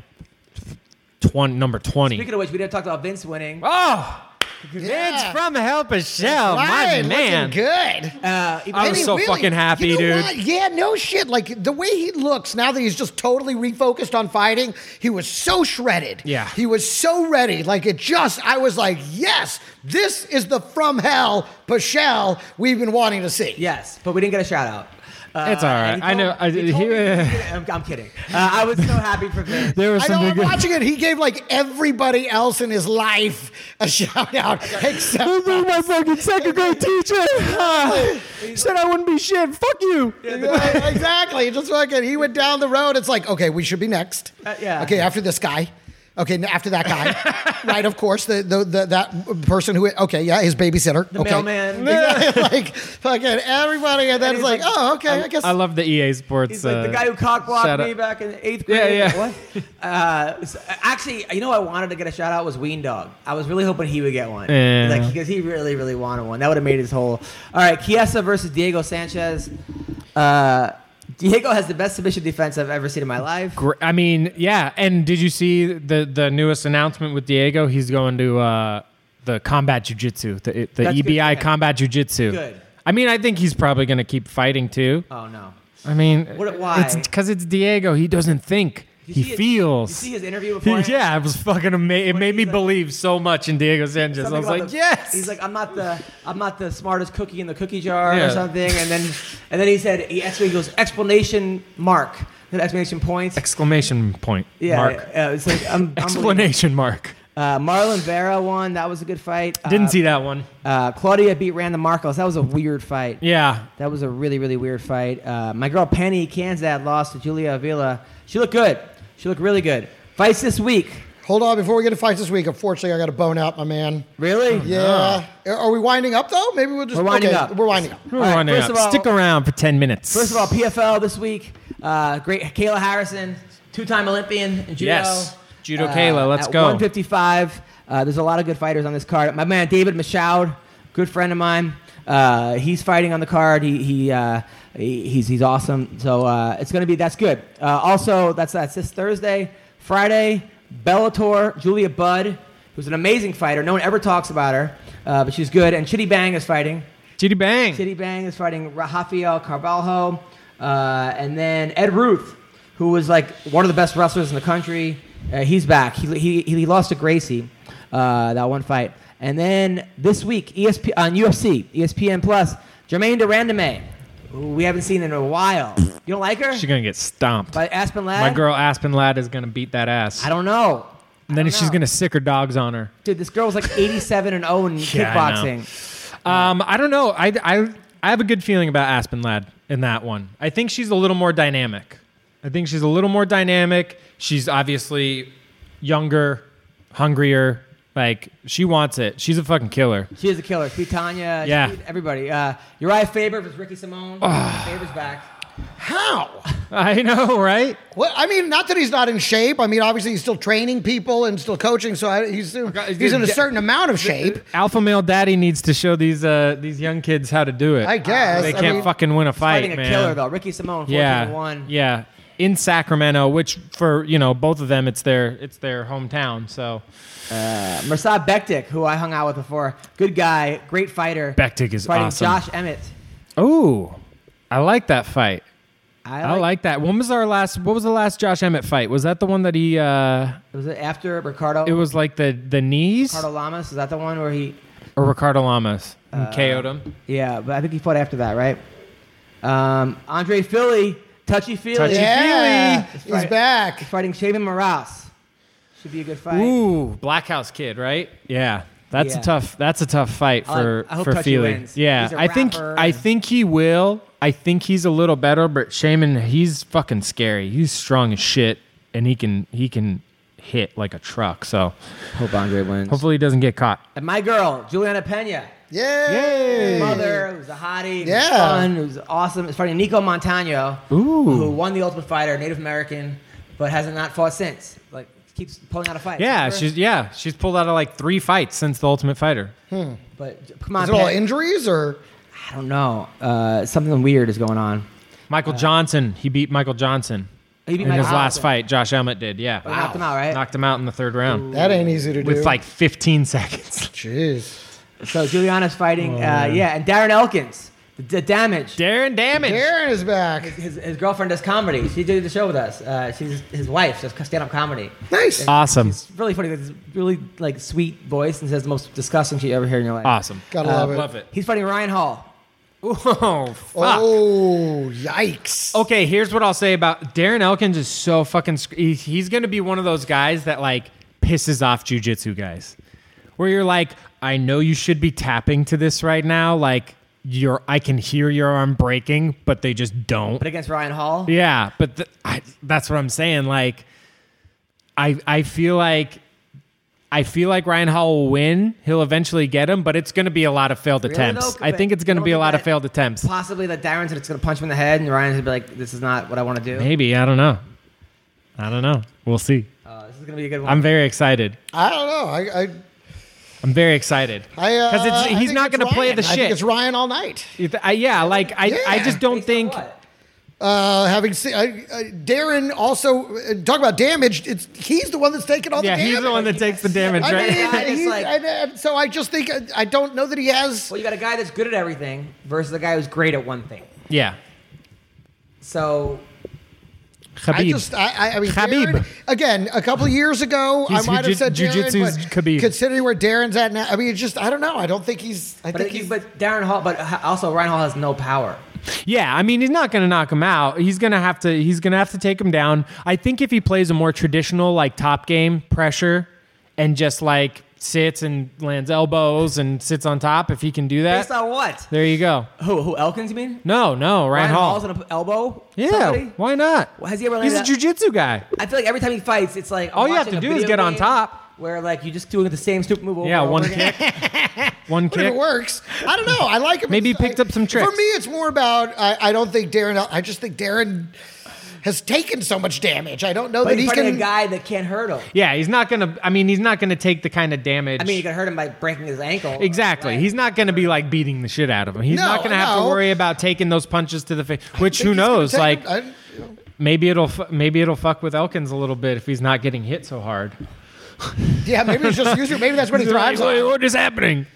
Speaker 4: 20 number 20.
Speaker 6: Speaking of which, we didn't talk about Vince winning.
Speaker 4: oh,
Speaker 3: Yeah.
Speaker 4: Vince from Help a Shell,
Speaker 3: Right,
Speaker 4: Oh, my
Speaker 3: looking
Speaker 4: man.
Speaker 3: good.
Speaker 6: Uh, even-
Speaker 4: I was
Speaker 3: And he
Speaker 4: so fucking happy,
Speaker 3: you know
Speaker 4: dude.
Speaker 3: what? Yeah, no shit. Like the way he looks now that he's just totally refocused on fighting, he was so shredded.
Speaker 4: Yeah.
Speaker 3: He was so ready. Like it just, I was like, yes, this is the from hell Pashel we've been wanting to see.
Speaker 6: yes, but we didn't get a shout out. Uh,
Speaker 4: It's all right.
Speaker 6: and he
Speaker 4: I know- I-
Speaker 6: he told
Speaker 4: he-
Speaker 6: me- I'm, I'm kidding. Uh, I was so happy for Vince.
Speaker 4: There was
Speaker 3: I know
Speaker 4: some
Speaker 3: I'm
Speaker 4: good.
Speaker 3: watching it. He gave like everybody else in his life a shout out except
Speaker 4: my fucking second grade teacher. said I wouldn't be shit. Fuck you.
Speaker 3: Right, exactly. Just fucking. He went down the road. It's like, okay, we should be next.
Speaker 6: Uh, yeah.
Speaker 3: Okay, after this guy. Okay, n- after that guy. right, of course. The, the, the that person who. Okay, yeah, his babysitter.
Speaker 6: The
Speaker 3: okay.
Speaker 6: mailman.
Speaker 3: Exactly, like fucking everybody, and then
Speaker 6: And
Speaker 3: it's
Speaker 6: he's
Speaker 3: like,
Speaker 6: like,
Speaker 3: oh, okay, I, guess.
Speaker 4: I love the EA Sports.
Speaker 6: He's like the
Speaker 4: uh,
Speaker 6: guy who cockblocked
Speaker 4: shout
Speaker 6: me
Speaker 4: out.
Speaker 6: back in eighth
Speaker 4: Yeah,
Speaker 6: grade.
Speaker 4: yeah.
Speaker 6: What? Uh, so- actually, you know, what I wanted to get a shout out was Ween Dog. I was really hoping he would get one.
Speaker 4: Yeah.
Speaker 6: Like because he really, really wanted one. That would have made his whole. All right, Chiesa versus Diego Sanchez. Uh, Diego has the best submission defense I've ever seen in my life.
Speaker 4: Gr- I mean, yeah. And did you see the the newest announcement with Diego? He's going to uh, the combat jujitsu, the the
Speaker 6: That's good for
Speaker 4: EBI
Speaker 6: him.
Speaker 4: combat jujitsu.
Speaker 6: Good.
Speaker 4: I mean, I think he's probably going to keep fighting too.
Speaker 6: Oh no.
Speaker 4: I mean,
Speaker 6: What- why?
Speaker 4: It's because it's Diego. He doesn't think.
Speaker 6: You
Speaker 4: he
Speaker 6: see his-
Speaker 4: feels.
Speaker 6: you see his interview
Speaker 4: He-
Speaker 6: beforehand?
Speaker 4: yeah, it was fucking amazing. It made me
Speaker 6: he's like-
Speaker 4: believe so much in Diego Sanchez. I
Speaker 6: Something
Speaker 4: was
Speaker 6: about
Speaker 4: like,
Speaker 6: the-
Speaker 4: yes.
Speaker 6: He's like, I'm not the, I'm not the smartest cookie in the cookie jar
Speaker 4: Yeah.
Speaker 6: or something. And then, and then he said, he actually goes explanation mark, then explanation points.
Speaker 4: exclamation point.
Speaker 6: Yeah,
Speaker 4: mark.
Speaker 6: yeah, it's like um,
Speaker 4: Explanation mark.
Speaker 6: Uh, Marlon Vera won. That was a good fight.
Speaker 4: Didn't
Speaker 6: uh,
Speaker 4: see that one.
Speaker 6: Uh, Claudia beat Randa Marcos. That was a weird fight.
Speaker 4: Yeah.
Speaker 6: That was a really really weird fight. Uh, my girl Penny Kanzad lost to Julia Avila. She looked good. She looked really good. Fights this week.
Speaker 3: Hold on, before we get to fights this week, unfortunately, I got to bone out my man.
Speaker 6: Really?
Speaker 3: Yeah. Are we winding up though? Maybe we'll just.
Speaker 6: We're winding
Speaker 3: okay,
Speaker 6: up.
Speaker 3: We're winding up.
Speaker 4: We're
Speaker 6: All right,
Speaker 4: running
Speaker 6: first
Speaker 4: out.
Speaker 6: of all-
Speaker 4: Stick around for 10 minutes.
Speaker 6: First of all, PFL this week. Uh, great Kayla Harrison, two-time Olympian in judo. Uh,
Speaker 4: Yes. Judo Kayla, let's
Speaker 6: at
Speaker 4: go.
Speaker 6: 155. Uh, there's a lot of good fighters on this card. My man David Machoud, good friend of mine. Uh, he's fighting on the card. He he. Uh, he- He's, he's awesome. So uh, it's going to be, that's good. Uh, also, that's, that's this Thursday. Friday, Bellator, Julia Budd, who's an amazing fighter. No one ever talks about her, uh, but she's good. And Chitty Bang is fighting.
Speaker 4: Chitty Bang.
Speaker 6: City Bang is fighting Ra- Rafael Carvalho, uh, and then Ed Ruth, who was like one of the best wrestlers in the country. Uh, he's back. He, he, he lost to Gracie uh, that one fight, and then this week ESP on UFC ESPN Plus, Jermaine Durandame, who we haven't seen in a while. You don't like her?
Speaker 4: She's going to get stomped.
Speaker 6: By Aspen Ladd.
Speaker 4: My girl Aspen Ladd is going to beat that ass.
Speaker 6: I don't know.
Speaker 4: and then
Speaker 6: don't
Speaker 4: she's
Speaker 6: know.
Speaker 4: going to sick her dogs on her.
Speaker 6: Dude, this girl's like 87 and 0 in
Speaker 4: Yeah, I know.
Speaker 6: kickboxing.
Speaker 4: Um, I don't know. I, I, I have a good feeling about Aspen Ladd in that one. I think she's a little more dynamic. I think she's a little more dynamic. She's obviously younger, hungrier. Like, she wants it. She's a fucking killer.
Speaker 6: She is a killer. She beat Tanya. She
Speaker 4: Yeah.
Speaker 6: beat everybody. Uh, Uriah Faber versus Ricky Simone. Faber's back.
Speaker 3: How?
Speaker 4: I know, right?
Speaker 3: Well, I mean, not that he's not in shape. I mean, obviously he's still training people and still coaching, so I, he's he's in a certain amount of shape.
Speaker 4: Alpha male daddy needs to show these uh, these young kids how to do it.
Speaker 3: I guess.
Speaker 4: Ah, they
Speaker 3: I
Speaker 4: can't
Speaker 3: mean-
Speaker 4: fucking win a fight,
Speaker 6: fighting a
Speaker 4: man.
Speaker 6: killer though. Ricky Simone, fourteen
Speaker 4: yeah,
Speaker 6: and one.
Speaker 4: yeah, in Sacramento, which for you know both of them, it's their it's their hometown. So
Speaker 6: Mursad Bektik, who I hung out with before, good guy, great fighter.
Speaker 4: Bektik is
Speaker 6: fighting
Speaker 4: awesome.
Speaker 6: Josh Emmett.
Speaker 4: oh, I like that fight.
Speaker 6: I
Speaker 4: I like, that. When was our last? What was the last Josh Emmett fight? Was that the one that he? uh
Speaker 6: Was it after Ricardo?
Speaker 4: It was like the the knees
Speaker 6: Ricardo Lamas. Is that the one where he?
Speaker 4: or Ricardo Lamas and KO'd him.
Speaker 6: Yeah, but I think he fought after that, right? Um, Andre Philly, touchy feely,
Speaker 4: Touchy-
Speaker 3: Yeah, he's
Speaker 6: Right.
Speaker 3: back.
Speaker 6: fighting Shaven Morales. Should be a good fight.
Speaker 4: Ooh, Black House Kid, right? Yeah, That's
Speaker 6: Yeah.
Speaker 4: a tough. That's a tough fight
Speaker 6: I like-
Speaker 4: for
Speaker 6: I hope
Speaker 4: for
Speaker 6: Cutchy
Speaker 4: Feely.
Speaker 6: wins.
Speaker 4: Yeah,
Speaker 6: He's a
Speaker 4: I think
Speaker 6: rapper
Speaker 4: I
Speaker 6: and-
Speaker 4: think he will. I think he's a little better, but Shaman, he's fucking scary. He's strong as shit, and he can he can hit like a truck. So
Speaker 6: Hope Andre wins.
Speaker 4: hopefully he doesn't get caught.
Speaker 6: And my girl, Juliana Pena.
Speaker 3: Yay!
Speaker 6: Mother, who's a hottie,
Speaker 3: Yeah.
Speaker 6: yeah. fun, who's awesome. It's fighting Nico Montano,
Speaker 4: Ooh.
Speaker 6: who won the Ultimate Fighter, Native American, but hasn't not fought since. Like keeps pulling out a fight.
Speaker 4: Yeah,
Speaker 6: Remember?
Speaker 4: she's yeah she's pulled out of like three fights since the Ultimate Fighter.
Speaker 6: But come on,
Speaker 3: Is it all
Speaker 6: Pat.
Speaker 3: injuries or?
Speaker 6: I don't know. Uh, something weird is going on.
Speaker 4: Michael Johnson, he beat Michael Johnson
Speaker 6: He beat
Speaker 4: in
Speaker 6: Michael
Speaker 4: his last
Speaker 6: Johnson.
Speaker 4: fight. Josh Emmett did. Yeah,
Speaker 6: knocked him out, right?
Speaker 4: Knocked him out in the third round
Speaker 3: That ain't easy to do.
Speaker 4: with like 15 seconds.
Speaker 3: jeez.
Speaker 6: So Juliana's fighting. uh, yeah, and Darren Elkins, the, the damage.
Speaker 4: Darren Damage.
Speaker 3: Darren is back.
Speaker 6: his, his girlfriend does comedy. She did the show with us. Uh, she's his wife. She does stand up comedy.
Speaker 3: Nice.
Speaker 4: Awesome.
Speaker 6: It's really funny. It's really like sweet voice and says the most disgusting shit you ever hear in your life.
Speaker 4: Awesome.
Speaker 3: Gotta love it.
Speaker 4: Uh, Love it.
Speaker 6: He's fighting Ryan Hall.
Speaker 4: Oh, fuck.
Speaker 3: Oh, yikes.
Speaker 4: Okay, here's what I'll say about Darren Elkins is so fucking. sc- he- He's going to be one of those guys that like pisses off jujitsu guys, where you're like, I know you should be tapping to this right now, like your I can hear your arm breaking, but they just don't.
Speaker 6: But against Ryan Hall,
Speaker 4: Yeah, but th- I, that's what I'm saying. Like, I I feel like. I feel like Ryan Hall will win. He'll eventually get him, but it's going to be a lot of failed
Speaker 6: though,
Speaker 4: attempts. I
Speaker 6: Kubek?
Speaker 4: think it's going to
Speaker 6: Don't
Speaker 4: be a
Speaker 6: think
Speaker 4: lot of
Speaker 6: that-
Speaker 4: failed attempts.
Speaker 6: possibly that Darren said it's going to punch him in the head, and Ryan's going to be like, this is not what I want to do.
Speaker 4: Maybe I don't know. I don't know. We'll see.
Speaker 6: Uh, this is going to be a good one.
Speaker 4: I'm very excited.
Speaker 3: I don't know. I, I,
Speaker 4: I'm very excited
Speaker 3: I uh,
Speaker 4: because
Speaker 3: I
Speaker 4: he's
Speaker 3: think
Speaker 4: not
Speaker 3: it's
Speaker 4: going to play
Speaker 3: Ryan.
Speaker 4: the
Speaker 3: I think
Speaker 4: shit.
Speaker 3: it's Ryan all night.
Speaker 4: You th- I- yeah, like I, I
Speaker 3: Yeah.
Speaker 4: just don't
Speaker 6: Based on
Speaker 4: think.
Speaker 6: what?
Speaker 3: Uh, having seen I, I, Darren, also uh, talk about damage. It's he's the one that's taking all
Speaker 4: Yeah,
Speaker 3: the damage.
Speaker 4: he's the one that takes the damage,
Speaker 3: I mean,
Speaker 4: right?
Speaker 6: Yeah, it's
Speaker 3: he's-
Speaker 6: like-
Speaker 3: I- I- so I just think uh, I, I don't know that he has.
Speaker 6: Well, you got a guy that's good at everything versus a guy who's great at one thing.
Speaker 4: Yeah,
Speaker 6: So
Speaker 4: Khabib.
Speaker 3: I just, I, I, I mean,
Speaker 4: Khabib.
Speaker 3: Darren, again, a couple of years ago,
Speaker 4: He's
Speaker 3: I might
Speaker 4: jiu-
Speaker 3: have said
Speaker 4: jiu-jitsu's
Speaker 3: Darren, but
Speaker 4: Khabib.
Speaker 3: considering where Darren's at now, I mean, it's just, I don't know. I don't think he's. I
Speaker 6: But,
Speaker 3: think
Speaker 6: it,
Speaker 3: he's.
Speaker 6: but Darren Hall, but h- also Ryan Hall has no power.
Speaker 4: yeah, I mean he's not going to knock him out. He's going to have to. He's going to have to take him down. I think if he plays a more traditional like top game pressure and just like sits and lands elbows and sits on top, if he can do that,
Speaker 6: Based on what?
Speaker 4: there you go.
Speaker 6: Who? Who? Elkins? You mean?
Speaker 4: No, no, Ryan,
Speaker 6: Ryan
Speaker 4: Hall.
Speaker 6: Hall's gonna elbow.
Speaker 4: yeah,
Speaker 6: somebody?
Speaker 4: why not?
Speaker 6: Has he ever?
Speaker 4: He's a
Speaker 6: landed that-
Speaker 4: jujitsu guy.
Speaker 6: I feel like every time he fights, it's like I'm
Speaker 4: All you have
Speaker 6: watching
Speaker 4: to
Speaker 6: a
Speaker 4: do is
Speaker 6: video
Speaker 4: get on
Speaker 6: game
Speaker 4: top.
Speaker 6: Where like you're just doing the same stupid move over.
Speaker 4: Yeah,
Speaker 6: and over
Speaker 4: one
Speaker 6: again.
Speaker 4: kick, one
Speaker 3: But if
Speaker 4: kick.
Speaker 3: it works, I don't know. I like him.
Speaker 4: Maybe he
Speaker 3: It's-
Speaker 4: picked up some tricks.
Speaker 3: For me, it's more about I, I don't think Darren. I just think Darren has taken so much damage. I don't know
Speaker 6: But
Speaker 3: that he
Speaker 6: he's fighting
Speaker 3: can.
Speaker 6: a guy that can't hurt him.
Speaker 4: Yeah, he's not gonna. I mean, he's not gonna take the kind of damage.
Speaker 6: I mean, you can hurt him by breaking his ankle.
Speaker 4: exactly. He's not gonna be like beating the shit out of him. He's
Speaker 3: No,
Speaker 4: not gonna have
Speaker 3: no.
Speaker 4: to worry about taking those punches to the face. Which
Speaker 3: think he's
Speaker 4: who
Speaker 3: gonna
Speaker 4: knows?
Speaker 3: take-
Speaker 4: Like
Speaker 3: I,
Speaker 4: maybe it'll fu- maybe it'll fuck with Elkins a little bit if he's not getting hit so hard.
Speaker 3: yeah, maybe he's just user. Maybe that's what he thrives
Speaker 4: Like,
Speaker 3: on.
Speaker 4: what is happening?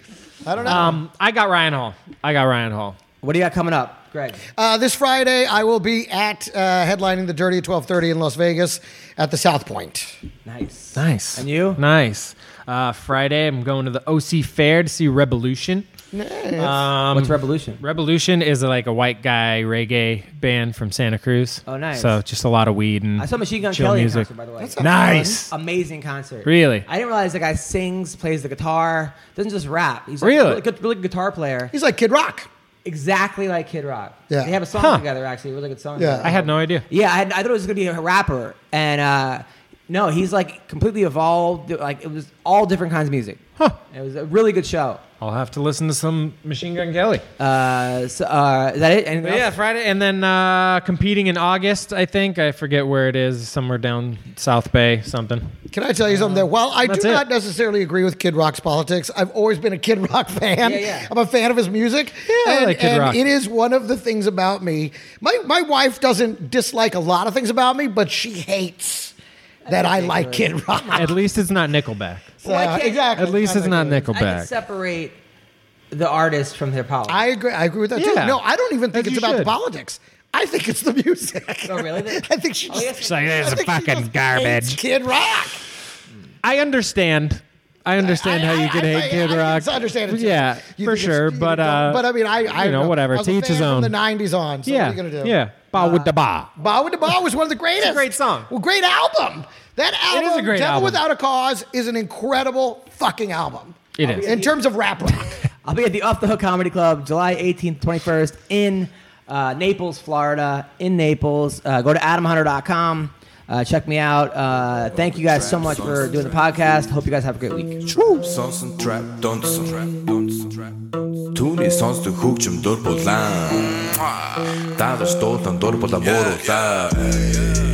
Speaker 3: I don't know.
Speaker 4: Um, I got Ryan Hall. I got Ryan Hall.
Speaker 6: What do you got coming up, Greg?
Speaker 3: Uh, this Friday, I will be at uh, headlining the Dirty at twelve thirty in Las Vegas at the South Point.
Speaker 6: Nice.
Speaker 4: Nice.
Speaker 6: And you?
Speaker 4: Nice. Uh, Friday, I'm going to the OC Fair to see Revolution. Um,
Speaker 6: What's Revolution?
Speaker 4: Revolution is uh, like a white guy reggae band from Santa Cruz.
Speaker 6: Oh, nice.
Speaker 4: So just a lot of weed and
Speaker 6: I saw Machine Gun
Speaker 4: chill
Speaker 6: Kelly in
Speaker 4: music.
Speaker 6: concert, by the way.
Speaker 4: Nice.
Speaker 6: amazing concert.
Speaker 4: Really?
Speaker 6: I didn't realize the guy sings, plays the gutar, doesn't just rap. He's
Speaker 4: Really?
Speaker 6: a really good, really good guitar player,
Speaker 3: He's like Kid Rock.
Speaker 6: exactly like Kid Rock.
Speaker 3: Yeah.
Speaker 6: they have a song
Speaker 4: Huh.
Speaker 6: together actually, a really good song.
Speaker 3: Yeah.
Speaker 4: I
Speaker 6: together.
Speaker 4: had no idea.
Speaker 6: yeah. I, had, I thought it was gonna be a rapper, and uh, no, he's like completely evolved. Like it was all different kinds of music. Huh. It was a really good show.
Speaker 4: I'll have to listen to some Machine Gun Kelly.
Speaker 6: Uh, so, uh, is that it? Anything
Speaker 4: But yeah,
Speaker 6: else?
Speaker 4: Friday, and then uh, competing in August. I think I forget where it is. Somewhere down South Bay, something.
Speaker 3: Can I tell you something? There? While I
Speaker 4: Uh, That's
Speaker 3: do
Speaker 4: it.
Speaker 3: not necessarily agree with Kid Rock's politics, I've always been a Kid Rock fan.
Speaker 6: Yeah, yeah.
Speaker 3: I'm a fan of his music.
Speaker 4: I
Speaker 3: and,
Speaker 4: like Kid
Speaker 3: and
Speaker 4: Rock.
Speaker 3: It is one of the things about me. My my wife doesn't dislike a lot of things about me, but she hates that I like Kid Rock.
Speaker 4: At least it's not Nickelback.
Speaker 3: So,
Speaker 6: Why can't-
Speaker 3: exactly.
Speaker 4: At least it's not
Speaker 6: I can
Speaker 4: Nickelback.
Speaker 6: separate the artist from their politics.
Speaker 3: I agree. I agree with that too.
Speaker 4: Yeah.
Speaker 3: No, I don't even think
Speaker 4: As
Speaker 3: it's
Speaker 4: you
Speaker 3: about the
Speaker 4: should.
Speaker 3: politics. I think it's the music.
Speaker 6: Oh, really?
Speaker 3: I think she
Speaker 6: Oh,
Speaker 3: just.
Speaker 6: yes,
Speaker 4: It's
Speaker 3: I
Speaker 4: like this is
Speaker 3: think she
Speaker 4: fucking
Speaker 3: just hates
Speaker 4: garbage.
Speaker 3: Kid Rock.
Speaker 4: I understand. I understand how
Speaker 3: I-
Speaker 4: you could
Speaker 3: I-
Speaker 4: hate
Speaker 3: I-
Speaker 4: Kid
Speaker 3: I
Speaker 4: Rock.
Speaker 3: just understand it. too.
Speaker 4: Yeah,
Speaker 3: You
Speaker 4: for
Speaker 3: think it's-
Speaker 4: sure.
Speaker 3: you
Speaker 4: But
Speaker 3: don't-
Speaker 4: uh,
Speaker 3: but I mean, I, I
Speaker 4: you know, whatever.
Speaker 3: I was a
Speaker 4: To each
Speaker 3: fan
Speaker 4: his own.
Speaker 3: From the '90s on. So what
Speaker 4: yeah,
Speaker 3: are you gonna do?
Speaker 4: yeah. Ba with the ba.
Speaker 3: Bow with the Ball was one of the greatest.
Speaker 4: great song.
Speaker 3: Well, great album. That
Speaker 4: is a
Speaker 3: album,
Speaker 4: great
Speaker 3: Devil
Speaker 4: album.
Speaker 3: Without a Cause, is an incredible fucking album.
Speaker 4: It is.
Speaker 3: in terms of rap rock.
Speaker 6: I'll be at the Off the Hook Comedy Club July 18th, 21st in uh, Naples, Florida. In Naples, uh, go to adamhunter.com. Uh, check me out. Uh, thank you guys so much for doing the podcast. Hope you guys have a great week.
Speaker 1: Sons and trap donson Түүний сонсдог хөгжим дур булаан Даадар стуулан дур булаан бууруулаа